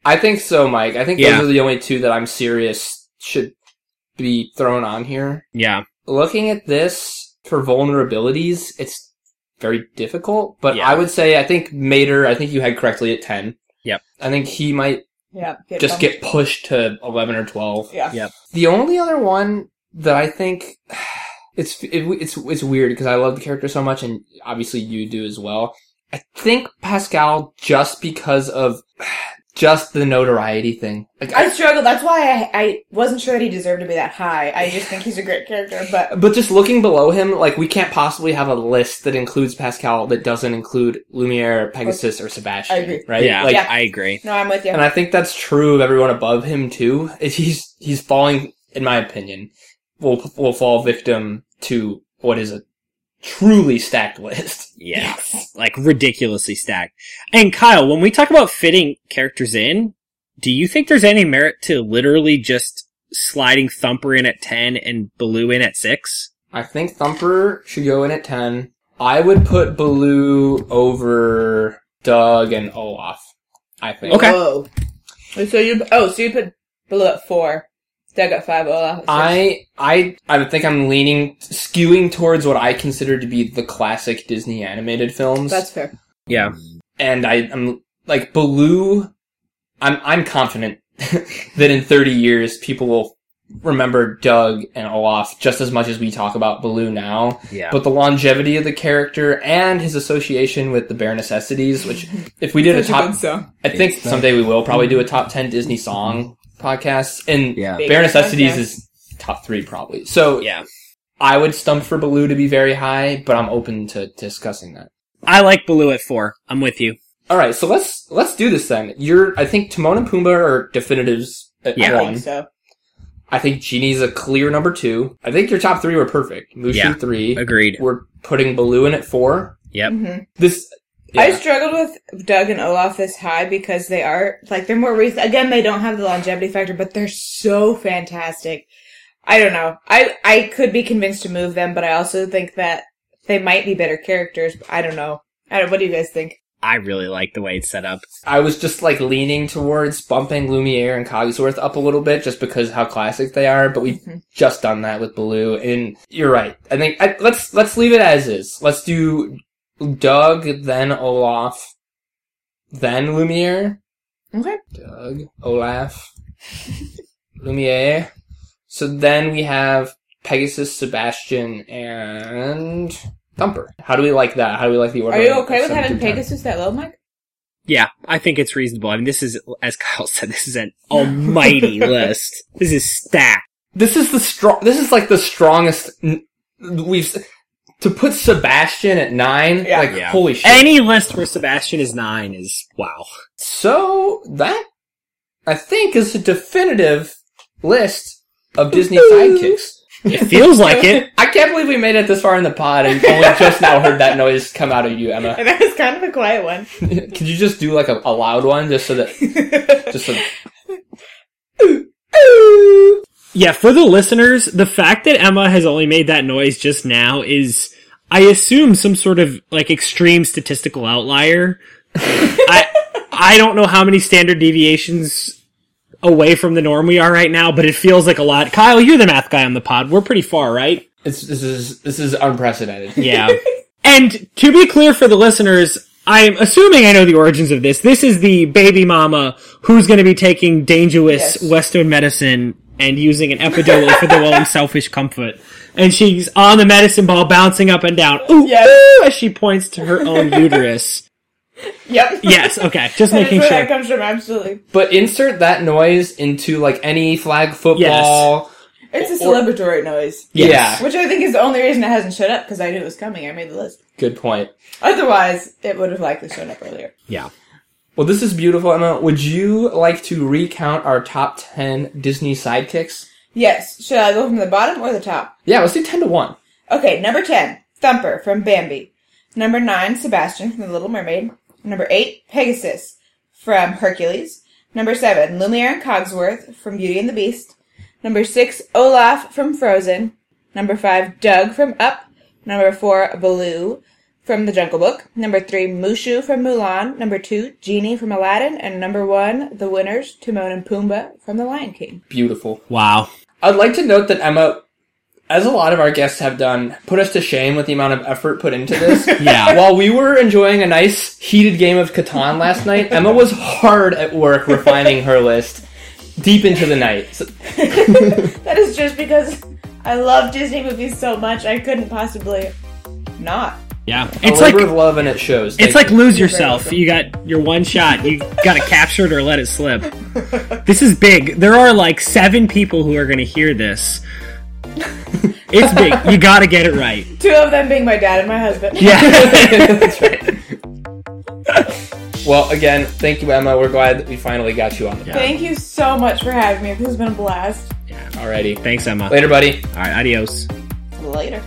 C: I think so, Mike. I think
A: Yeah.
C: those are the only two that I'm serious should be thrown on here.
A: Yeah,
C: Looking at this for vulnerabilities, it's very difficult, but
A: Yeah.
C: I would say I think Mater, I think you had correctly at 10.
A: Yep.
C: I think he might
B: Yeah,
C: just
B: bumped.
C: get pushed to 11 or 12.
B: yeah.
A: Yeah.
C: The only other one that I think it's it, it's it's weird because I love the character so much, and obviously you do as well. I think Pascal just because of just the notoriety thing. Like,
B: I
C: I,
B: struggled. That's why I, I wasn't sure that he deserved to be that high. I just think he's a great character, but
C: but just looking below him, like we can't possibly have a list that includes Pascal that doesn't include Lumiere, Pegasus, or Sebastian.
B: I agree.
C: Right?
A: yeah,
C: Like,
B: Yeah.
A: I agree.
B: no, I'm with you.
C: and I think that's true of everyone above him too. Is he's he's falling, in my opinion, will will fall victim to what is a truly stacked list.
A: Yeah, like ridiculously stacked. And Kyle, when we talk about fitting characters in, do you think there's any merit to literally just sliding Thumper in at ten and Baloo in at six?
C: I think Thumper should go in at ten. I would put Baloo over Doug and Olaf. I think.
A: Okay.
B: Whoa. And So you oh, so you put Blue at four, Doug at five, Olaf. at six.
C: I I I think I'm leaning skewing towards what I consider to be the classic Disney animated films.
B: that's fair.
A: Yeah,
C: and I, I'm like Baloo. I'm I'm confident that in 30 years people will remember Doug and Olaf just as much as we talk about Baloo now.
A: yeah,
C: But the longevity of the character and his association with the bare necessities, which if we did a
B: Such a
C: top,
B: good song.
C: I think
A: It's not-
C: someday we will probably do a top 10 Disney song podcast, and
A: Mm-hmm. yeah,
B: Big
C: bare necessities
B: podcast.
C: is top three probably. So
A: yeah.
C: I would stump for Baloo to be very high, but I'm open to discussing that.
A: I like Baloo at four. I'm with you.
C: All right, so let's let's do this then. You're, I think Timon and Pumbaa are definitives at
A: Yeah.
B: I
C: one.
B: think so.
C: I think Genie's a clear number two. I think your top three were perfect. Mushu
A: Yeah.
C: three.
A: Agreed.
C: We're putting Baloo in at four.
A: Yep.
B: hmm
C: This, yeah.
B: I struggled with Doug and Olaf this high because they are like they're more recent. Again, they don't have the longevity factor, but they're so fantastic. I don't know. I I could be convinced to move them, but I also think that they might be better characters. I don't know. I don't, what do you guys think?
A: I really like the way it's set up.
C: I was just like leaning towards bumping Lumiere and Cogsworth up a little bit just because how classic they are. But we've
B: Mhm.
C: just done that with Baloo, and you're right. I think I, let's let's leave it as is. Let's do Doug, then Olaf, then Lumiere.
B: Okay.
C: Doug, Olaf, Lumiere. So then we have Pegasus, Sebastian, and Thumper. How do we like that? How do we like the order?
B: Are you
C: of
B: okay with
C: seven
B: having
C: through ten?
B: Pegasus that low, Mike?
A: Yeah, I think it's reasonable. I mean, this is, as Kyle said, this is an almighty list. This is stacked.
C: This is the strong. This is like the strongest n- we've s- to put Sebastian at nine.
B: Yeah.
C: like
A: Yeah.
C: holy shit.
A: Any list where Sebastian is nine is wow.
C: so that I think is a definitive list of Disney sidekicks.
A: It feels like it.
C: I can't believe we made it this far in the pod and only just now heard that noise come out of you, Emma.
B: And that was kind of a quiet one.
C: Could you just do like a, a loud one just so that just so
A: Yeah, for the listeners, the fact that Emma has only made that noise just now is, I assume, some sort of like extreme statistical outlier. I I don't know how many standard deviations away from the norm we are right now, but it feels like a lot. Kyle, you're the math guy on the pod. We're pretty far, right?
C: It's, this is this is unprecedented.
A: Yeah. and to be clear for the listeners, I'm assuming I know the origins of this. This is the baby mama who's going to be taking dangerous
B: Yes.
A: Western medicine and using an epidural for their own selfish comfort. And she's on the medicine ball bouncing up and down. Ooh,
B: Yes.
A: ooh, as she points to her own uterus.
B: Yep.
A: Yes, okay. Just
B: That's
A: making
B: where
A: sure.
B: that comes from. Absolutely.
C: But insert that noise into like any flag football.
B: It's a
C: Or-
B: celebratory noise,
A: Yes.
C: Yeah,
B: which I think is the only reason it hasn't showed up because I knew it was coming. I made the list.
C: good point.
B: Otherwise, it would have likely shown up earlier.
A: Yeah.
C: Well, this is beautiful, Emma. Would you like to recount our top ten Disney sidekicks?
B: Yes. Should I go from the bottom or the top?
C: Yeah, let's do ten to one.
B: Okay, number 10, Thumper from Bambi. Number 9, Sebastian from The Little Mermaid. Number 8, Pegasus from Hercules. Number 7, Lumiere and Cogsworth from Beauty and the Beast. Number 6, Olaf from Frozen. Number 5, Doug from Up. Number 4, Baloo from The Jungle Book. Number 3, Mushu from Mulan. Number 2, Genie from Aladdin. And number 1, the winners, Timon and Pumbaa from The Lion King.
C: Beautiful.
A: Wow.
C: I'd like to note that Emma, as a lot of our guests have done, put us to shame with the amount of effort put into this.
A: Yeah.
C: While we were enjoying a nice heated game of Catan last night, Emma was hard at work refining her list deep into the night. So,
B: That is just because I love Disney movies so much I couldn't possibly not.
A: Yeah.
C: a
A: It's
B: Oh,
A: like
C: labor of love and it shows.
A: it's like lose
B: You're very
A: yourself.
B: welcome.
A: You got your one shot. You got to capture it or let it slip. This is big. There are like seven people who are going to hear this. It's big. You got to get it right.
B: Two of them being my dad and my husband.
A: Yeah.
C: That's right. Well, again, thank you, Emma. We're glad that we finally got you on the
A: Yeah.
B: Thank you so much for having me. This has been a blast.
C: Alrighty.
A: Thanks, Emma.
C: Later, buddy.
A: All right. Adios.
B: Later.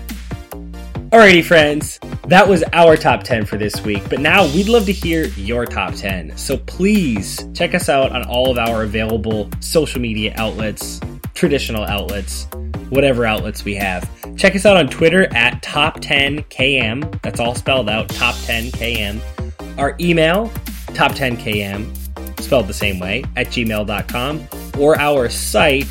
A: Alrighty, friends, that was our top 10 for this week, but now we'd love to hear your top 10. So please check us out on all of our available social media outlets, traditional outlets, whatever outlets we have. Check us out on Twitter at top10km. That's all spelled out, top10km. Our email, top10km, spelled the same way, at gmail.com, or our site,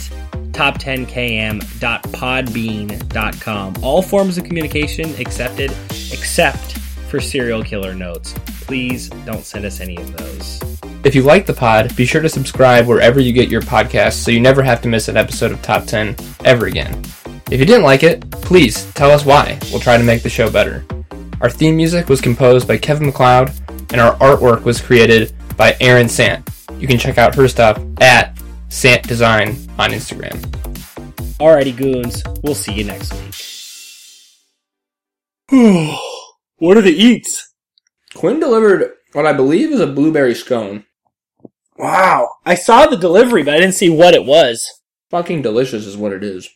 A: top10km.podbean.com. All forms of communication accepted except for serial killer notes. Please don't send us any of those.
C: If you like the pod, be sure to subscribe wherever you get your podcasts so you never have to miss an episode of Top 10 ever again. If you didn't like it, please tell us why. We'll try to make the show better. Our theme music was composed by Kevin McLeod, and our artwork was created by Erin Sant. You can check out her stuff at Sant Design on Instagram.
A: Alrighty, goons, we'll see you next week. what are the eats?
C: Quinn delivered what I believe is a blueberry scone.
A: Wow. I saw the delivery, but I didn't see what it was.
C: Fucking delicious is what it is.